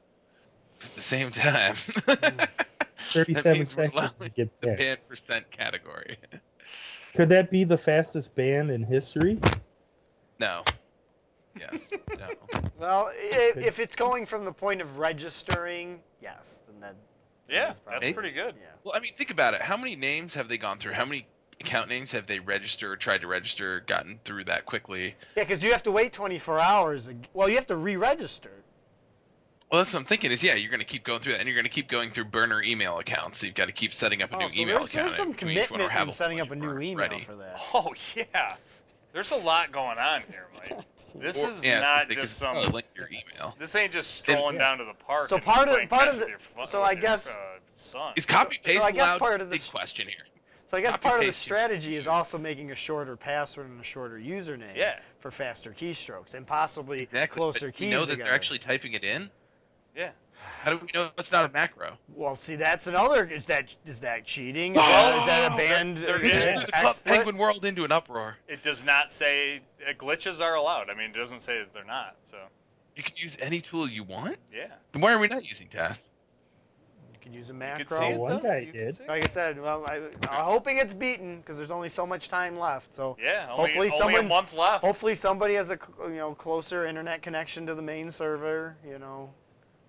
But at the same time, the
37
means we're
seconds to
allowing
get banned.
ban percent category.
Could that be the fastest ban in history?
No. Yes. No.
Well, if, if it's going from the point of registering, yes, then that.
Yeah,
That's probably-
that's pretty good.
Yeah.
Well, I mean, think about it. How many names have they gone through? How many account names have they registered, tried to register, gotten through that quickly?
Yeah, because you have to wait 24 hours. ag- Well, you have to re-register.
Well, that's what I'm thinking. Is yeah, you're gonna keep going through that, and you're gonna keep going through burner email accounts. So you've got to keep setting up a new
Oh, so
email
there's,
account.
there's some
and doing each one or
commitment
have
in setting
bunch
up a
of
new
burners
email
ready.
for that.
Oh yeah. There's a lot going on here, Mike. This
Or-
is
yeah, it's 'cause
not
they can
just some.
probably link your email.
This ain't just strolling down to the park.
So
and
part of-
playing
part
catch
of
with
the-
your fu-
so
with
I
your,
guess-
uh, son.
Is copy paste
I guess
allowed?
part of the
Big
s-
question here.
So I guess
Copy
part of the
paste.
strategy is also making a shorter password and a shorter username
Yeah.
for faster keystrokes and possibly
Exactly.
closer
but
keys
we know that
together.
they're actually typing it in.
Yeah.
How do we know it's not a macro?
Well, see, that's another. Is that is that cheating? Is, that, is that a banned?
there
Oh, It
is.
turns the Club
exploit?
Penguin world into an uproar.
It does not say uh, glitches are allowed. I mean, it doesn't say that they're not. So
You can use any tool you want.
yeah.
Then why are we not using tasks?
You could use a
You
macro.
could see it,
one
though.
guy
You could
did.
see it.
Like I said, well, I, I'm hoping it's beaten because there's only so much time left. So
Yeah. Only,
hopefully
only a
someone's-
month left.
hopefully somebody has a cl- you know closer internet connection to the main server. You know,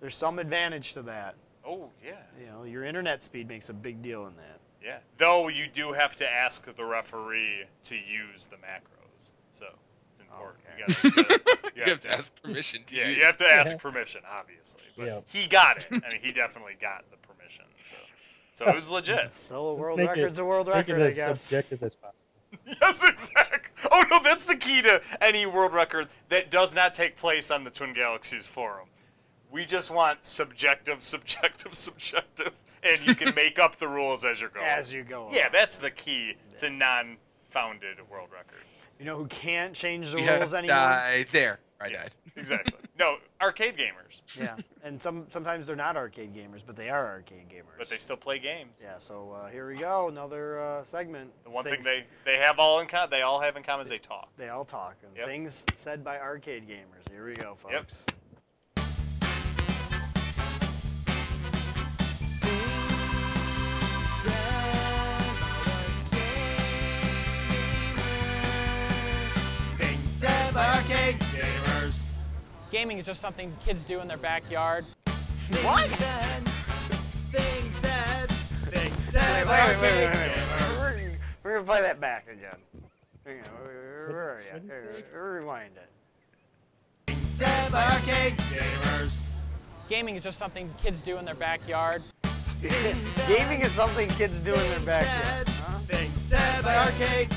there's some advantage to that.
Oh yeah.
You know, your internet speed makes a big deal in that.
Yeah. Though you do have to ask the referee to use the macros, so it's important. Oh, You, gotta,
You have to ask permission to
Yeah,
use
you have to ask permission, obviously. But
Yeah.
he got it. I mean, he definitely got the permission. So, so it was legit.
So a
Let's
world
make
record's
it-
a world
Make
record,
it
I
as
guess.
subjective as possible.
yes, exactly. Oh no, that's the key to any world record that does not take place on the Twin Galaxies forum. We just want subjective, subjective, subjective, and you can make up the rules as you're going.
As you go.
Yeah,
along.
that's the key to non-founded world records.
You know who can't change the
Yeah,
rules anymore?
died there. I died.
Exactly. no, arcade gamers,
Yeah. And some sometimes they're not arcade gamers, but they are arcade gamers.
but they still play games.
Yeah. So uh, here we go, another uh, segment.
The one
Things-
thing they, they have all in common, they all have in common is they talk.
they all talk and
Yep.
things said by arcade gamers. Here we go, folks.
Yep.
Gaming is just something kids do in their backyard.
Wait, wait, wait, wait, wait, wait, wait. We're, we're gonna play that back again. Hang on, where- where are ya?
What- what did he
Here, Rewind it.
Gaming is just something kids do in their backyard.
Gaming is something kids do in their backyard. Huh?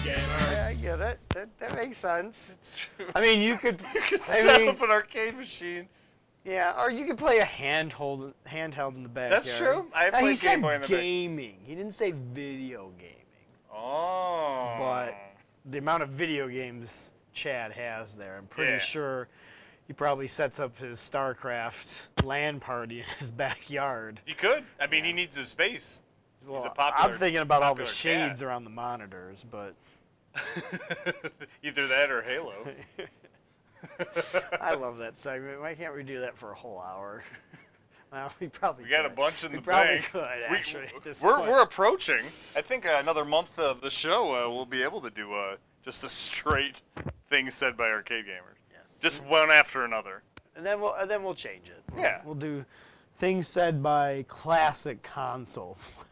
Yeah, I get it. That, that makes sense.
It's true.
I mean, you could,
You could
I
set
mean-
up an arcade machine.
yeah, or you could play a handhold, handheld in the backyard.
That's true. I have
Now, he
played
said
Game Boy in the back.
gaming. He didn't say video gaming.
Oh.
But the amount of video games Chad has there, I'm pretty
Yeah.
sure he probably sets up his StarCraft LAN party in his backyard.
you could. I mean, he needs his space.
Well,
a popular-
I'm thinking about all the
popular
shades
cat.
around the monitors, but
Either that or Halo.
I love that segment. Why can't we do that for a whole hour? well, we probably
We got a
could.
bunch in
we
the
probably
bank.
could
We-
actually. at this
we're,
point.
we're approaching. I think uh, another month of the show, uh, we'll be able to do uh, just a straight thing said by arcade gamers.
Yes.
Just one after another.
and then we'll and then we'll change it. We'll-
Yeah.
we'll do things said by classic console players.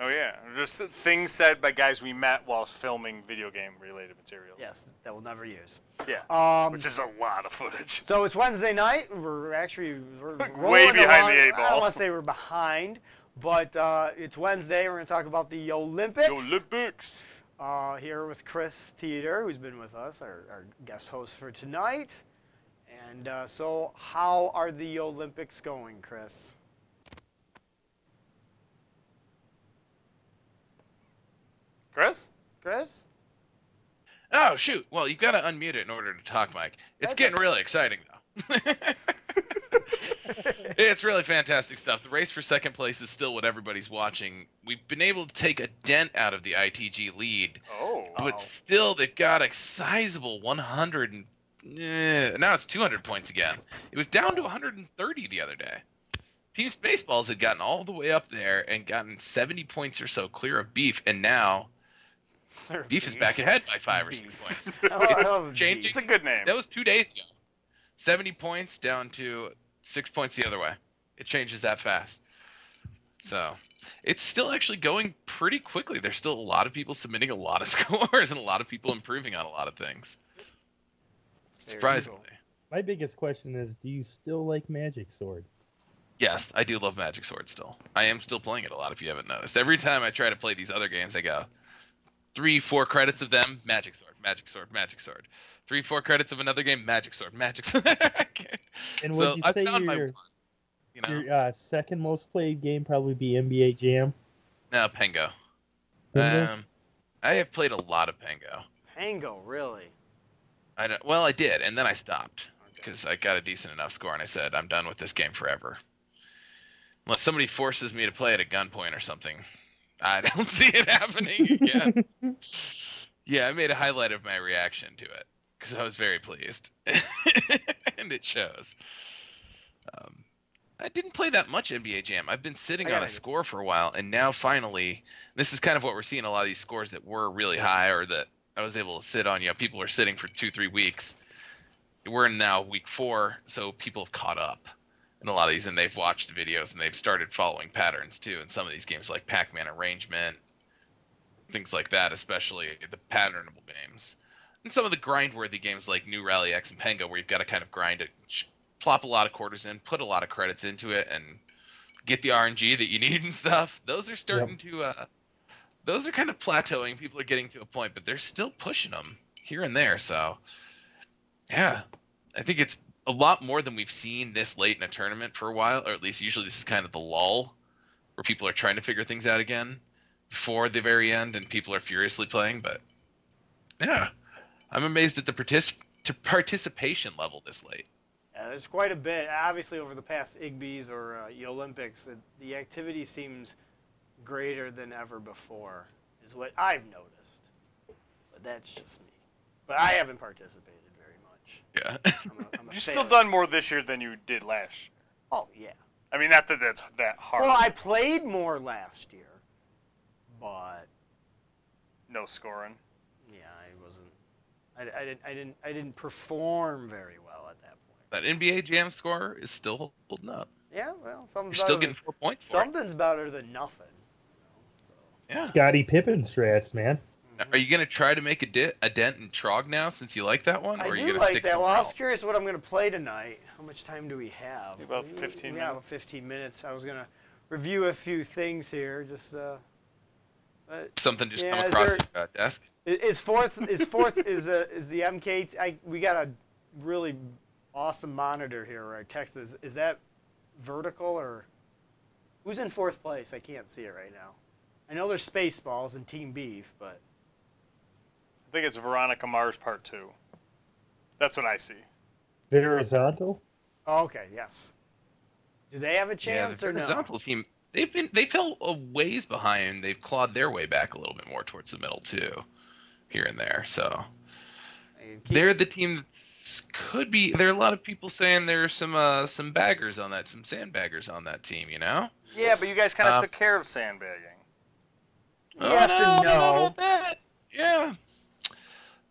Oh yeah, just things said by guys we met while filming video game related materials.
Yes, that we'll never use.
Yeah.
Um,
Which is a lot of footage.
So it's Wednesday night. We're actually we're
Way
rolling
behind
along.
the eight
I
ball.
don't want to say we're behind, but uh, it's Wednesday. We're going to talk about the Olympics.
Olympics.
uh, here with Chris Teeter, who's been with us, our, our guest host for tonight. And uh, so, how are the Olympics going, Chris?
Chris?
Chris?
Oh shoot! Well, you gotta unmute it in order to talk, Mike. It's
That's
getting really exciting though. it's really fantastic stuff. The race for second place is still what everybody's watching. We've been able to take a dent out of the ITG lead,
Oh.
but still they've got a sizable 100 and eh, now it's 200 points again. It was down to 130 the other day. Team Spaceballs had gotten all the way up there and gotten 70 points or so clear of Beef, and now
Oh,
Beef is back ahead by five or six
Beef.
points.
I love- I love
Changing
these.
It's a good name.
That was two days ago. 70 points down to six points the other way. It changes that fast. So it's still actually going pretty quickly. There's still a lot of people submitting a lot of scores and a lot of people improving on a lot of things. Surprisingly.
My biggest question is, do you still like Magic Sword?
Yes, I do love Magic Sword still. I am still playing it a lot if you haven't noticed. Every time I try to play these other games, I go three, four credits of them, Magic Sword, Magic Sword, Magic Sword. Three, four credits of another game, Magic Sword, Magic Sword. I can't-
And
so
would you
I
say
found my
your,
one, you know,
your uh, second most played game probably be NBA Jam?
no Pengo.
Pengo?
Um, I have played a lot of Pengo.
Pango, really?
I don't, well, I did, and then I stopped because I got a decent enough score, and I said I'm done with this game forever. Unless somebody forces me to play it at gunpoint or something, I don't see it happening again. yeah, I made a highlight of my reaction to it because I was very pleased, and it shows. Um, I didn't play that much NBA Jam. I've been sitting
I
on
gotta
a
go.
score for a while, and now finally, this is kind of what we're seeing. A lot of these scores that were really high, or that I was able to sit on. You know, people were sitting for two, three weeks. We're in now week four, so people have caught up in a lot of these, and they've watched the videos and they've started following patterns too. In some of these games, like Pac-Man Arrangement, things like that, especially the patternable games. And some of the grind-worthy games like New Rally X and Pengo, where you've got to kind of grind it, sh- plop a lot of quarters in, put a lot of credits into it, and get the RNG that you need and stuff. Those are starting to, uh, those are kind of plateauing. People are getting to a point, but they're still pushing them here and there. So, yeah, I think it's a lot more than we've seen this late in a tournament for a while, or at least usually this is kind of the lull where people are trying to figure things out again before the very end and people are furiously playing. But yeah, I'm amazed at the particip- to participation level this late.
Yeah, Uh, there's quite a bit. Obviously, over the past Igbees or uh, the Olympics, the, the activity seems greater than ever before, is what I've noticed. But that's just me. But I haven't participated very much.
Yeah.
I'm a, I'm a
You've still
failure.
done more this year than you did last year.
Oh, yeah.
I mean, not that that's that hard.
Well, I played more last year, but
no scoring.
yeah, I wasn't. I, I didn't. I didn't. I didn't perform very well at that point.
that NBA Jam score is still holding up.
Yeah, well,
You're
something's
still
better
getting four points.
than,
For it.
something's better than nothing.
Yeah.
Scotty Pippen strats, man.
Are you gonna try to make a, di- a dent in Trog now since you like that one, or
I
are you
do
gonna
like
stick
that. Well,
somewhere
I was
else?
curious what I'm going to play tonight. How much time do we have?
About
We-
15
yeah, about
minutes.
15 minutes. I was going to review a few things here. Just uh, uh,
Something just
Yeah,
come
is
across
there-
your uh, desk.
i- is fourth is fourth is uh, is the MK? t- I, we got a really awesome monitor here. Right, Texas. Is that vertical or who's in fourth place? I can't see it right now. I know there's Spaceballs and Team Beef, but
I think it's Veronica Mars Part Two. That's what I see.
Horizontal?
oh, okay, yes. Do they have a
Yeah,
chance
the
or no?
horizontal team. They've been they fell a ways behind. They've clawed their way back a little bit more towards the middle too, here and there. So
It keeps-
they're the team that could be. There are a lot of people saying there are some uh, some baggers on that, some sandbaggers on that team. You know.
Yeah, but you guys kind
Uh,
took care of sandbagging.
Yes and
Oh, I don't know
no.
about that. Yeah.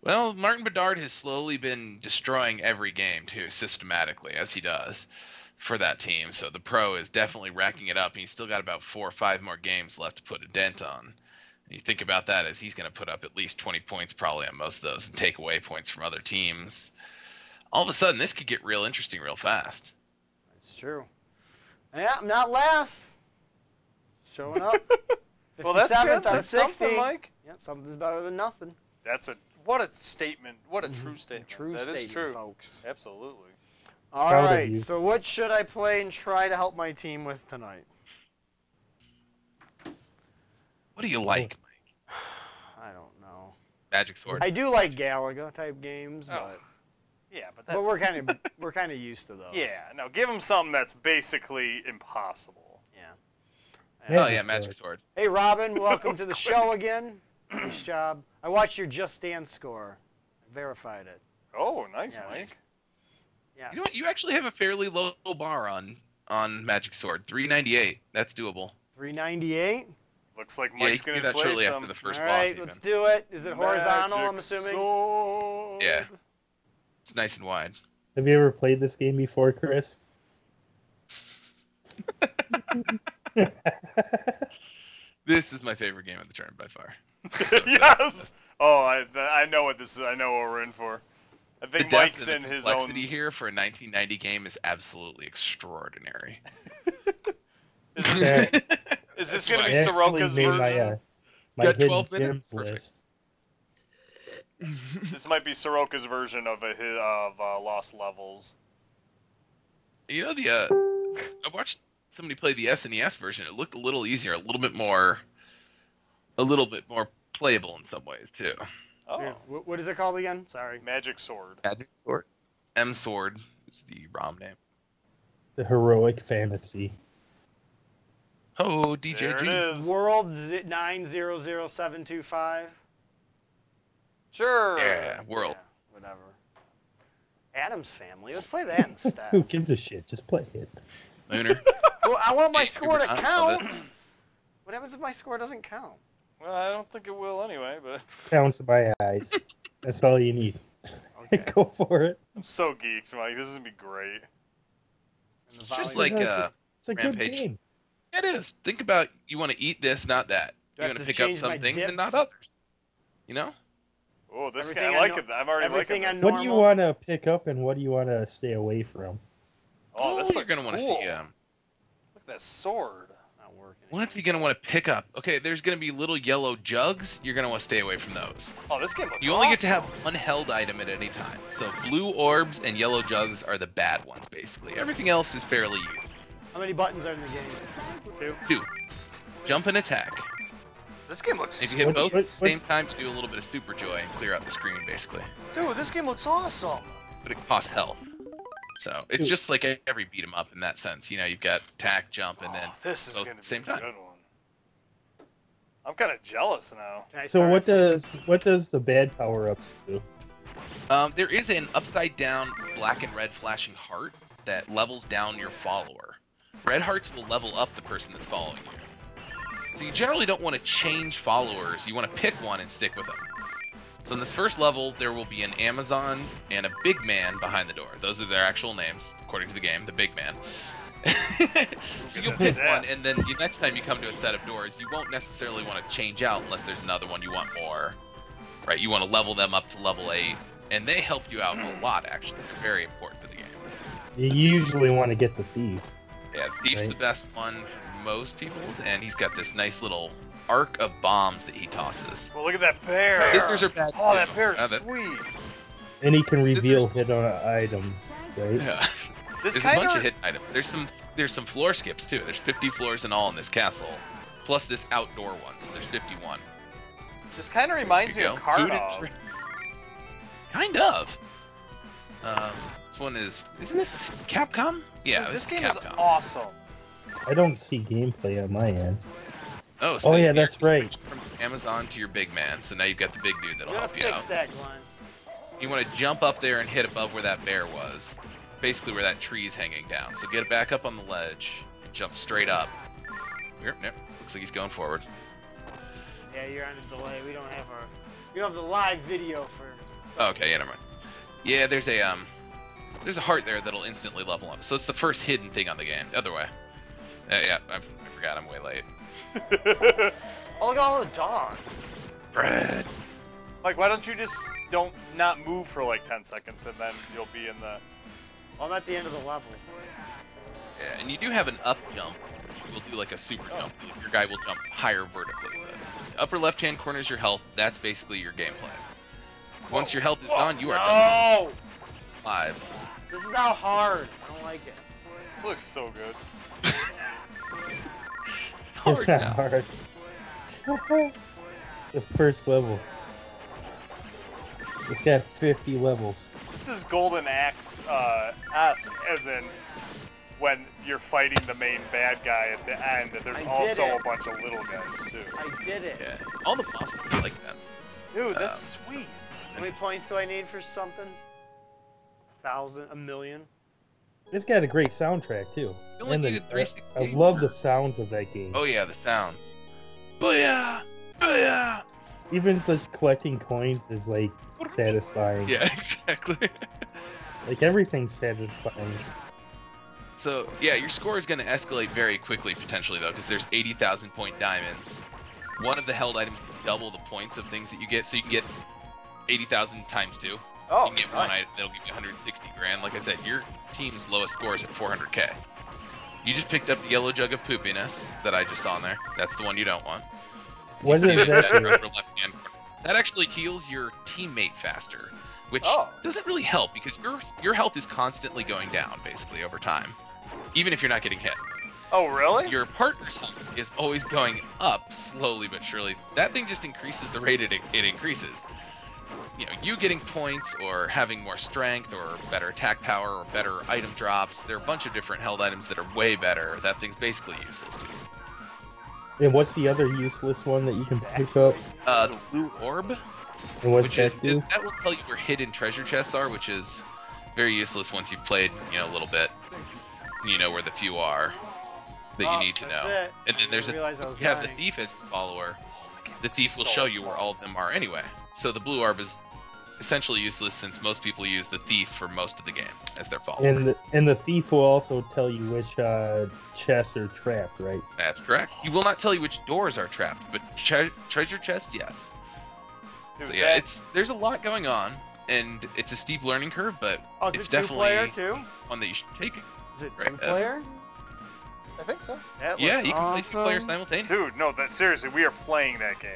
Well, Martin Bedard has slowly been destroying every game too, systematically as he does for that team. So the pro is definitely racking it up, and he's still got about four or five more games left to put a dent on. And you think about that as he's going to put up at least 20 points probably on most of those and take away points from other teams. All of a sudden, this could get real interesting real fast.
It's true. Yeah, I'm not last. Showing up.
Well, that's
57th
good.
out of
That's something,
60.
Mike.
Yep, something's better than nothing.
That's a what a statement. What a
Mm-hmm.
true
A
statement.
True
That is
statement,
true.
folks.
Absolutely.
All
Proud of
right.
you.
So, what should I play and try to help my team with tonight?
What do you like, Mike?
I don't know.
Magic Sword?
I do like Galaga type games,
Oh,
but
Yeah, but that's
but we're kind of we're kind of used to those.
yeah. No, give him something that's basically impossible.
Yeah.
oh, yeah, Magic Sword.
Hey, Robin, welcome to the show again. Nice job. I watched your Just Dance score. I verified it.
Oh, nice,
Yes.
Mike.
Yeah.
You know what? You actually have a fairly low bar on on Magic Sword. 398. That's doable.
398.
Looks like
yeah, you
Mike's
can do
gonna
that
play
shortly
some.
after the first
All
boss.
right,
Even.
let's do it. Is it horizontal? I'm
Magic
assuming.
Sword.
Yeah. It's nice and wide.
Have you ever played this game before, Chris?
This is my favorite game of the tournament by far.
yes. Oh, I th- I know what this is. I know what we're in for. I
The
think
depth
Mike's in
and the
his own.
complexity here for a 1990 game is absolutely extraordinary.
Is this,
Yeah,
is this
That's
gonna be
I actually
Soroka's
made
version?
my, uh, my
Got
hidden
12 minutes?
gems
Perfect.
list.
This might be Soroka's version of a hi- of uh, Lost Levels.
You know the uh, I watched somebody play the SNES version. It looked a little easier, a little bit more, a little bit more playable in some ways too.
Oh,
Yeah, wh- what is it called again? Sorry.
Magic Sword.
Magic Sword, M Sword is the ROM name.
The heroic fantasy.
Oh, DJG.
There it is.
World z- nine zero zero seven two five.
Sure.
Yeah, world.
Whatever. Adam's family. Let's play that
Who
instead.
gives a shit? Just play it.
Lunar.
well, I want my
Hey,
score to
I love
count. What happens if my score doesn't count?
Well, I don't think it will anyway, but
Counts my eyes. That's all you need.
Okay.
Go for it.
I'm so geeked, Mike. This is gonna be great.
And the
It's just
volume-
like uh,
It's a good
Rampage.
game.
it is. Think about you want to eat this, not that.
Do I
You're
have to
gonna pick up
change my
some things and not
dips?
others. You know?
Oh, this
Everything
guy,
I
I like
know-
it. I'm already liking
everything I
this.
know-
What do you
Normal.
want to pick up and what do you want to stay away from?
Oh, this
you're
looks
gonna
cool.
want to see um,
Look at that sword.
Not working.
What's he gonna want to pick up? Okay, there's gonna be little yellow jugs. You're gonna want to stay away from those.
Oh, this game looks
You only get to
awesome.
have one held item at any time. So blue orbs and yellow jugs are the bad ones, basically. Everything else is fairly used.
How many buttons are in the game?
Two, jump and attack.
This game looks.
If you hit
What-
both
what-
at the same time, you do a little bit of super joy and clear out the screen, basically.
Dude, this game looks awesome.
But it costs health. So it's
Dude.
just like every beat 'em up in that sense. You know, you've got attack, jump, and then
oh, this is
both
gonna
at
be
the same
a
time.
good one. I'm kind of jealous now.
Can I
So
start
what
it?
does what does the bad power ups do?
Um, there is an upside down black and red flashing heart that levels down your follower. Red hearts will level up the person that's following you. So you generally don't want to change followers. You want to pick one and stick with them. So in this first level, there will be an Amazon and a Big Man behind the door. Those are their actual names, according to the game. The Big Man. so you'll pick one, and then you, next time you come to a set of doors, you won't necessarily want to change out unless there's another one you want more. Right? You want to level them up to level eight, and they help you out a lot. Actually, they're very important for the game.
You usually want to get the thief.
Yeah, Thief's
Right.
the best one for most people's, and he's got this nice little arc of bombs that he tosses.
Well, look at that bear.
Scissors are bad.
Oh,
too.
that bear is
Uh, that-
sweet.
And he can reveal
Scissors.
hidden items, right?
yeah.
This
there's a bunch
kind
of hidden items. There's some there's some floor skips too. There's 50 floors in all in this castle, plus this outdoor one. So there's 51.
this kind of reminds me
Here you
of
go. Food and
Cardog.
drink. Kind of. Um, this one is isn't this Capcom? Yeah,
Dude, this
is
game is
Capcom.
awesome.
I don't see gameplay on my end.
Oh, so
Oh, yeah,
you
that's right.
switched From Amazon to your big man, so now you've got the big dude that'll
You gotta
help you
fix
out.
that, Glenn.
You want to jump up there and hit above where that bear was, basically where that tree's hanging down. So get it back up on the ledge and jump straight up. Yep, yep. Looks like he's going forward.
Yeah, you're on a delay. We don't have our. We don't have the live video for.
Okay, yeah, never mind. Yeah, there's a um, there's a heart there that'll instantly level up. So it's the first hidden thing on the game. Other way. Uh, yeah, I, I forgot. I'm way late.
Oh, look at all the dogs.
Bread.
Like, why don't you just don't not move for like 10 seconds and then you'll be in the.
Well, I'm at the end of the level.
Yeah, and you do have an up jump. You will do like a super jump. Your guy will jump higher vertically. But upper left hand corner is your health. That's basically your gameplay. Once your health is gone, you are
Oh, No!
live.
This is now hard. I don't like it.
This looks so good.
It's not hard. the first level. It's got 50 levels.
This is Golden Axe uh, esque, as in when you're fighting the main bad guy at the end, there's
I did
also
it.
a bunch of little guys too.
I did it.
Yeah, all the bosses are like that.
Dude, that's
Um,
sweet.
How many points do I need for something? A thousand? A million?
It's got a great soundtrack, too.
You only
And the-
needed 360.
I love the sounds of that game.
Oh yeah, the sounds. Booyah! Booyah!
Even just collecting coins is like satisfying.
Yeah, exactly.
Like everything's satisfying.
So yeah, your score is going to escalate very quickly potentially though, because there's 80,000 point diamonds. One of the held items can double the points of things that you get, so you can get 80,000 times two.
Oh,
you can get one
nice.
item that'll give you 160 grand. Like I said, your team's lowest score is at 400k. You just picked up the yellow jug of poopiness that I just saw in there. That's the one you don't want.
Wasn't
See that
exactly
upper left-hand corner. That actually heals your teammate faster, which
Oh.
doesn't really help because your your health is constantly going down basically over time, even if you're not getting hit.
Oh, really?
Your partner's health is always going up slowly but surely. That thing just increases the rate it, it increases. You know, you getting points or having more strength or better attack power or better item drops. There are a bunch of different held items that are way better. That thing's basically useless to you.
And what's the other useless one that you can pick up?
Uh, the blue orb
And what's
which
that
is
do?
that will tell you where hidden treasure chests are, which is very useless once you've played, you know, a little bit. You know where the few are that
Oh,
you need to
that's
know.
it.
And
I
then
didn't
there's a,
realize I
once
was
you have the
dying.
thief as a follower, the thief will
so
show you where all of them are anyway. So the blue orb is essentially useless since most people use the thief for most of the game as their follower.
And the, and the thief will also tell you which uh, chests are trapped, right?
That's correct. He will not tell you which doors are trapped, but tre- treasure chest, yes.
Dude,
So yeah,
that-
it's there's a lot going on, and it's a steep learning curve, but
Oh, is
it's
it two-player
definitely
too?
one that you should take.
Is it
Right, uh,
two-player?
I think so.
That
yeah,
looks
you can
awesome.
play two players simultaneously.
Dude, no, that seriously, we are playing that game.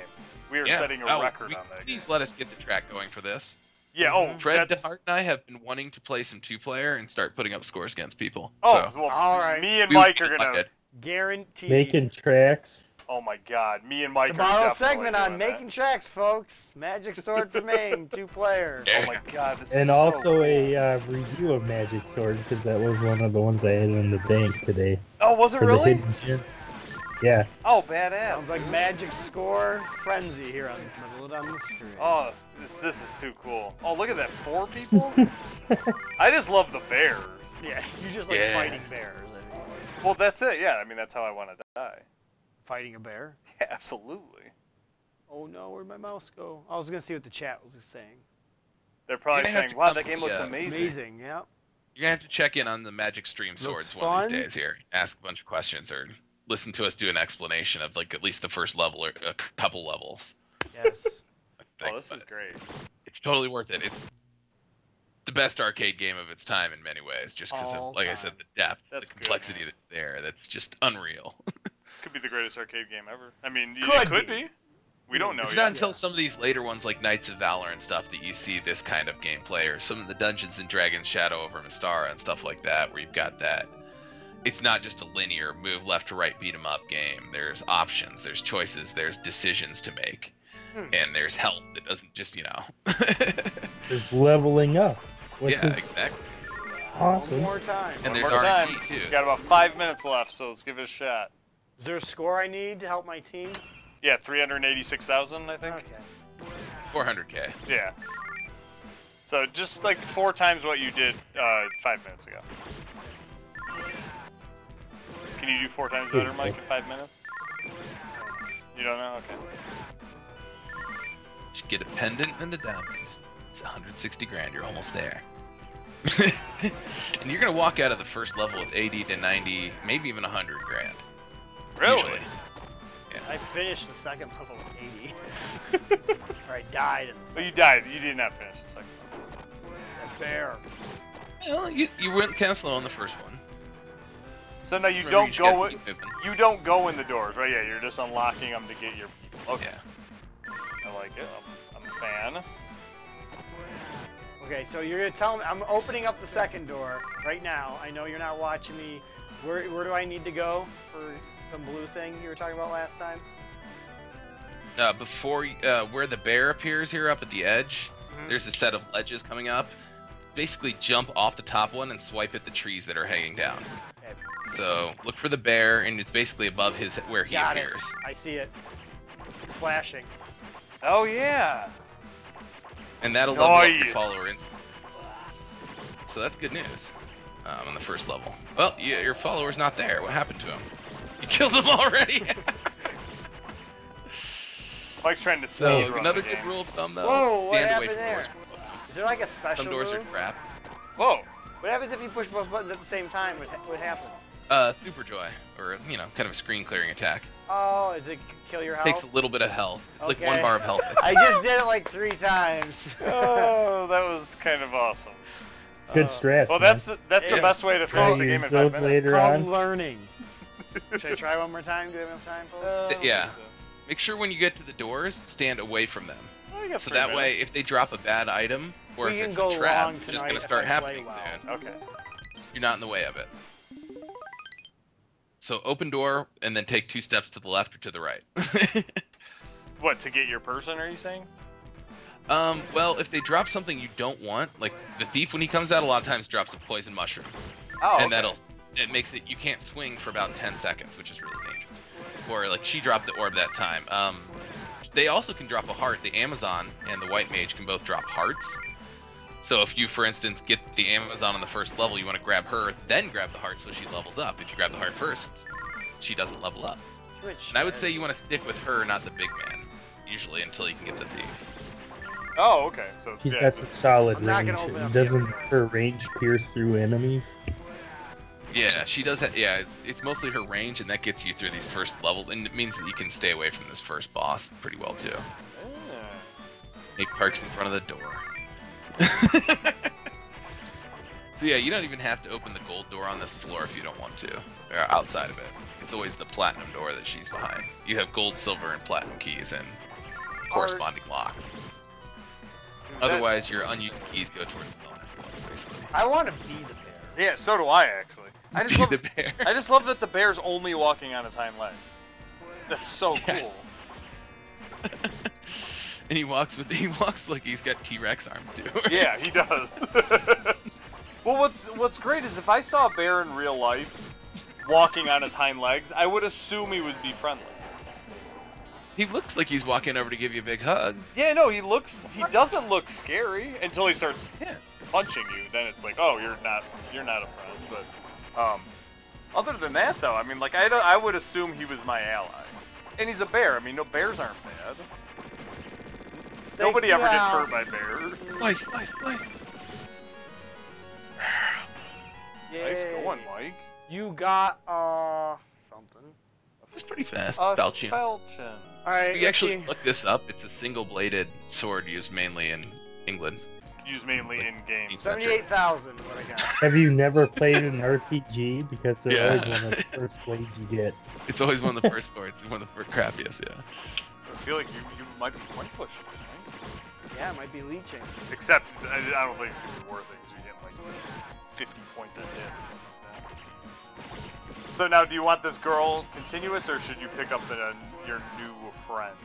We are
yeah.
setting a
Oh,
record
we-
on that game.
Please let us get the track going for this.
Yeah, oh,
Fred
that's,
DeHart and I have been wanting to play some two player and start putting up scores against people.
Oh,
so
well,
All right.
me and
we
Mike
would
are
be
gonna.
delighted.
Guaranteed.
Making tracks.
Oh my God, me and Mike are
Tomorrow's
definitely
segment on
doing that.
making tracks, folks. Magic Sword for Maine, two-player.
Yeah.
Oh my God, this is
And
so
also
cool.
a uh, review of Magic Sword, because that was one of the ones I had in the bank today.
Oh, was it
for the
really?
hidden gems. Yeah.
Oh, badass.
Sounds like Magic Score Frenzy here on Settle It on the Screen.
Oh, this, this is too cool. Oh, look at that, four people? I just love the bears.
yeah, you just like
Yeah.
fighting bears. I mean,
Well, that's it, yeah. I mean, that's how I want to die.
Fighting a bear?
Yeah, absolutely.
Oh no, where'd my mouse go? I was gonna see what the chat was saying.
They're
You're
probably
gonna have
saying,
to
wow,
come
that
to
game
the,
looks
uh,
amazing.
Amazing, yeah.
You're gonna have to check in on the Magic Stream Swords
Looks
one of
fun.
these days here. Ask a bunch of questions or listen to us do an explanation of like at least the first level or a couple levels.
Yes.
I
Oh,
think,
this
but
is great.
It's totally worth it. It's the best arcade game of its time in many ways, just because
All
of like I said,
time.
the depth,
That's
the
good.
complexity that's there. That's just unreal.
Could be the greatest arcade game ever. I mean, y-
Could
it could
be.
be. Hmm. We don't know
it's
yet.
not until some of these later ones like Knights of Valor and stuff that you see this kind of gameplay, or some of the Dungeons and Dragons Shadow over Mistara and stuff like that, where you've got that. It's not just a linear move left to right beat 'em up game. There's options, there's choices, there's decisions to make,
Hmm.
and there's help that doesn't just you know.
There's leveling up, which
yeah,
is
exactly.
awesome.
One more time.
And
One
there's
more time.
RNG too.
We've got about five minutes left, so let's give it a shot.
Is there a score I need to help my team?
Yeah, 386,000, I think.
Okay.
400k.
Yeah. So just like four times what you did uh, five minutes ago. Can you do four times better, Mike, in five minutes? You don't know? Okay.
Just get a pendant and a diamond. It's 160 grand. You're almost there. and you're gonna walk out of the first level with 80 to 90, maybe even 100 grand. Usually.
I finished the second level with 80. or I died in the
So
second
you died. You did not finish the second one.
that bear.
Well, you, you went kind of slow on the first one.
So no, you
Remember,
don't
just
go.
gotta
In,
keep moving.
you don't go in the doors, right? Yeah, you're just unlocking them to get your people. Okay.
Yeah.
I like it. I'm, I'm a fan.
Okay, so you're gonna tell me I'm opening up the second door right now. I know you're not watching me. Where where do I need to go for some blue thing you were talking about last time?
Uh, before y- uh, where the bear appears here up at the edge,
Mm-hmm.
there's a set of ledges coming up. Basically, jump off the top one and swipe at the trees that are hanging down.
Okay.
So look for the bear, and it's basically above his where he
Got
appears.
it. I see it. It's flashing.
Oh yeah.
and that'll level up your
Nice.
follower. In- so that's good news um, on the first level. Well, you, your follower's not there. What happened to him? You killed him already.
Mike's trying to
so
speed
another
the
good
game.
rule of thumb though:
Whoa, what
stand away
happened
from
there?
doors.
Is there like a special
Some doors are
move?
crap.
Whoa.
What happens if you push both buttons at the same time? What, ha- what happens?
Uh, super joy, or you know, kind of a screen clearing attack.
Oh, does it kill your
Takes
health?
a little bit of health. It's like
Okay.
one bar of health.
I just did it like three times.
Oh, that was kind of awesome.
Good
Uh,
strats.
Well,
man.
that's the, that's the
Yeah.
best way to
I'll
finish the game
use
in
those
five minutes.
later
Called
on.
learning. Should I try one more time? Do we have enough time, folks?
Uh,
Yeah. Make sure when you get to the doors, stand away from them.
I Oh, got
So
three
that way,
minutes.
if they drop a bad item or
We
if
can
it's
go
a trap,
long
it's just
tonight
gonna
if
start
I play
happening
well.
soon.
Okay.
You're not in the way of it. So open door and then take two steps to the left or to the right.
What to get your person? Are you saying?
um, well, if they drop something you don't want, like the thief when he comes out, a lot of times drops a poison mushroom,
Oh.
and that'll it makes it you can't swing for about ten seconds, which is really dangerous. Or like she dropped the orb that time. Um, they also can drop a heart. The Amazon and the White Mage can both drop hearts. So if you, for instance, get the Amazon on the first level, you want to grab her, then grab the heart so she levels up. If you grab the heart first, she doesn't level up.
Which
And I would say you want to stick with her, not the big man, usually until you can get the thief.
Oh, okay. So
He's
yeah,
got some
this-
solid
I'm not gonna
range.
open
He
up
doesn't her range pierce through enemies.
Yeah, she does. Ha- yeah, it's it's mostly her range, and that gets you through these first levels, and it means that you can stay away from this first boss pretty well too.
Ah.
Nick parks in front of the door. so yeah, you don't even have to open the gold door on this floor if you don't want to, or outside of it. It's always the platinum door that she's behind. You have gold, silver, and platinum keys, and corresponding lock.
Dude, that-
Otherwise, your unused keys go toward the bonus points, basically.
I want to be the bear.
Yeah, so do I actually. I just love
the bear.
I just love that the bear's only walking on his hind leg. That's so
Yeah.
cool.
And he walks with he walks like he's got T Rex arms too.
Yeah, he does. well, what's what's great is if I saw a bear in real life walking on his hind legs, I would assume he would be friendly.
he looks like he's walking over to give you a big hug.
Yeah, no, he looks he doesn't look scary until he starts punching you. Then it's like, oh, you're not you're not a friend. But um, other than that, though, I mean, like I don't- I would assume he was my ally, and he's a bear. I mean, no bears aren't bad. Nobody ever gets
well-
hurt by bear.
Slice, slice, slice.
Nice
Yay.
going, Mike.
You got uh something.
That's pretty fast,
A
Falchion.
falchion.
All right.
Uh, If you actually
let's see.
look this up, it's a single-bladed sword used mainly in England.
Used mainly in games.
That's right.
Seventy-eight thousand. What I got.
Have you never played an RPG? Because they're always
Yeah.
one of the first blades you get.
It's always one of the first swords, one of the first crappiest, yeah.
I feel like you, you might be one pushing. Right?
Yeah, it might be leeching.
Except I, I don't think it's gonna be worth it because you're getting like 50 points a hit. or something like that. So now, do you want this girl continuous, or should you pick up the, your new friend?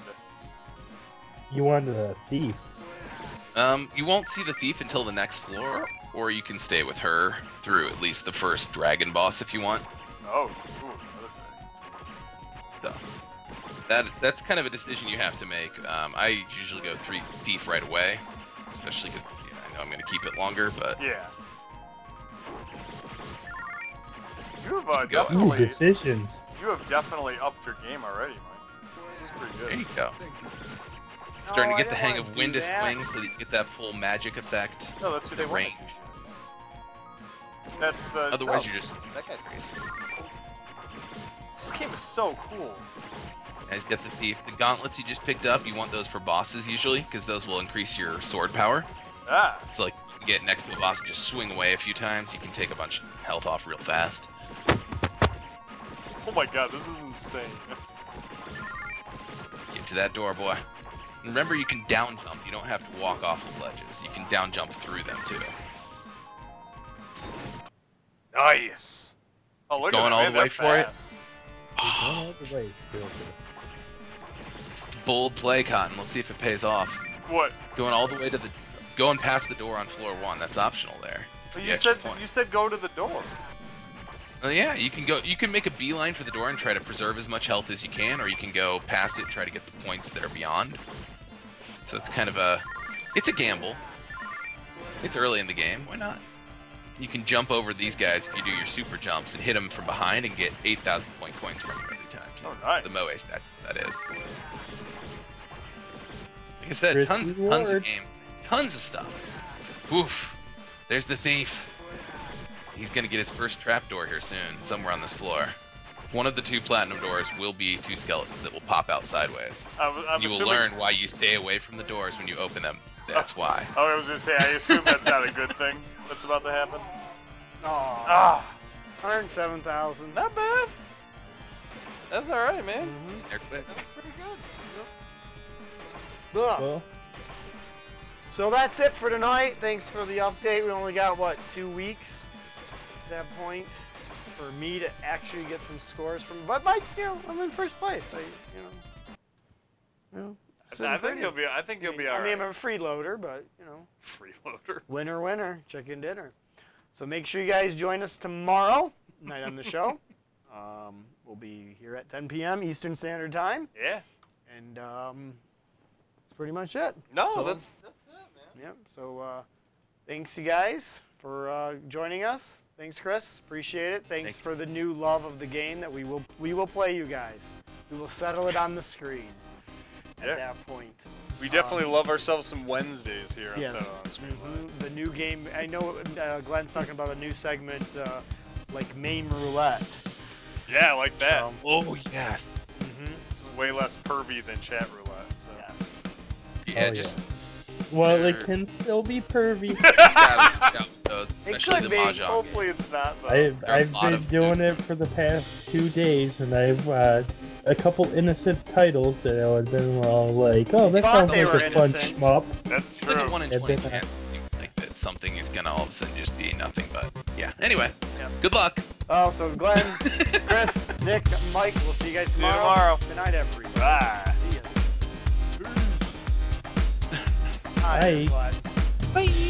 You wanted a thief.
Um, you won't see the thief until the next floor, or you can stay with her through at least the first dragon boss if you want.
Oh, ooh, another thing.
So that that's kind of a decision you have to make. Um, I usually go three thief right away, especially because you know, I know I'm going to keep it longer. But
yeah. You have uh,
Go. Ooh,
Ooh,
definitely
decisions.
you have definitely upped your game already, Mike. This is pretty
there you
good.
go. Starting
No, Oh, I
to get the
didn't
hang
wanna
of
do
wind of
that.
swing, so that you get that full magic effect.
No, that's who they
The
wanted.
range.
That's the.
Otherwise,
no.
you're just
That guy's This game is so cool.
Guys, get the thief. The gauntlets you just picked up, you want those for bosses usually, because those will increase your sword power.
Ah,
So like, you get next to a boss, just swing away a few times. You can take a bunch of health off real fast.
oh my god, this is insane.
Get to that door, boy. And remember, you can down jump. You don't have to walk off of ledges. You can down jump through them too.
Nice. Oh, look
Going
at that,
all
man,
the way
that's
for it?
fast.
Ah.
All the ways, real good.
Bold play, Cotton. Let's see if it pays off.
What?
Going all the way to the, going past the door on floor one. That's optional there. for
But
the
you
extra
said
point.
you said go to the door.
Oh yeah, you can go. You can make a beeline for the door and try to preserve as much health as you can, or you can go past it, and try to get the points that are beyond. So it's kind of a, it's a gamble. It's early in the game. Why not? You can jump over these guys if you do your super jumps and hit them from behind and get 8,000 point coins from them every time. too.
Oh, nice.
The Moe stat, that is. Like I said,
Risky
tons, tons
reward.
of game, tons of stuff. Woof. There's the thief. He's gonna get his first trapdoor here soon, somewhere on this floor. One of the two platinum doors will be two skeletons that will pop out sideways.
I, was- I'm
you will
assuming,
learn why you stay away from the doors when you open them. That's why.
Oh, I was gonna say. I assume that's not a good thing that's about to happen.
Oh,
Ah,
earned seven thousand.
not bad. That's all right, man.
They're quick.
That's pretty good.
Ah.
Well,
So that's it for tonight. Thanks for the update. We only got what two weeks at that point for me to actually get some scores from. But like you know, I'm in first place. I you know. You know sitting
I think
pretty.
you'll be. I think you'll be all
I mean,
right.
I'm a freeloader, but you know,
Freeloader.
winner, winner, chicken dinner. So make sure you guys join us tomorrow night on the show. Um, we'll be here at 10 p.m. Eastern Standard Time,
Yeah.
and um, that's pretty much it.
No,
So-
that's that's it, man.
Yep. So uh, thanks, you guys, for uh, joining us. Thanks, Chris. Appreciate it. Thanks,
Thanks.
for the new love of the game that we will we will play you guys. We will settle it on the screen.
Yeah.
at that point.
We definitely love ourselves some Wednesdays here on
um, Yes.
Saturday Night Screen
Mhm.
Live.
The new game. I know uh, Glenn's talking about a new segment, uh, like Mame Roulette.
Yeah, I like that.
So,
Oh yes.
mhm,
It's way less pervy than chat roulette. So.
yes.
Yeah,
Oh,
just
Well,
Sure.
it can still be pervy.
gotta out with those,
It
especially
could
the
be.
mahjong.
Hopefully, it's not though.
I've,
are a
I've
lot
been
of
doing it for the past two days, and I've uh, a couple innocent titles that I've been all like, "Oh, that
Thought
sounds
they
like a
were
fun
innocent.
shmup."
That's
It's like
true.
a one in
Yeah,
twenty
definitely.
chance seems like that something is gonna all of a sudden just be nothing. But yeah. Anyway,
Yeah.
good luck.
Oh, so Glenn, Chris, Nick, Mike. We'll see you guys
See you
tomorrow.
tomorrow.
Good night, everyone.
Bye.
See ya. Hi,
Bye.
Glad.
Bye.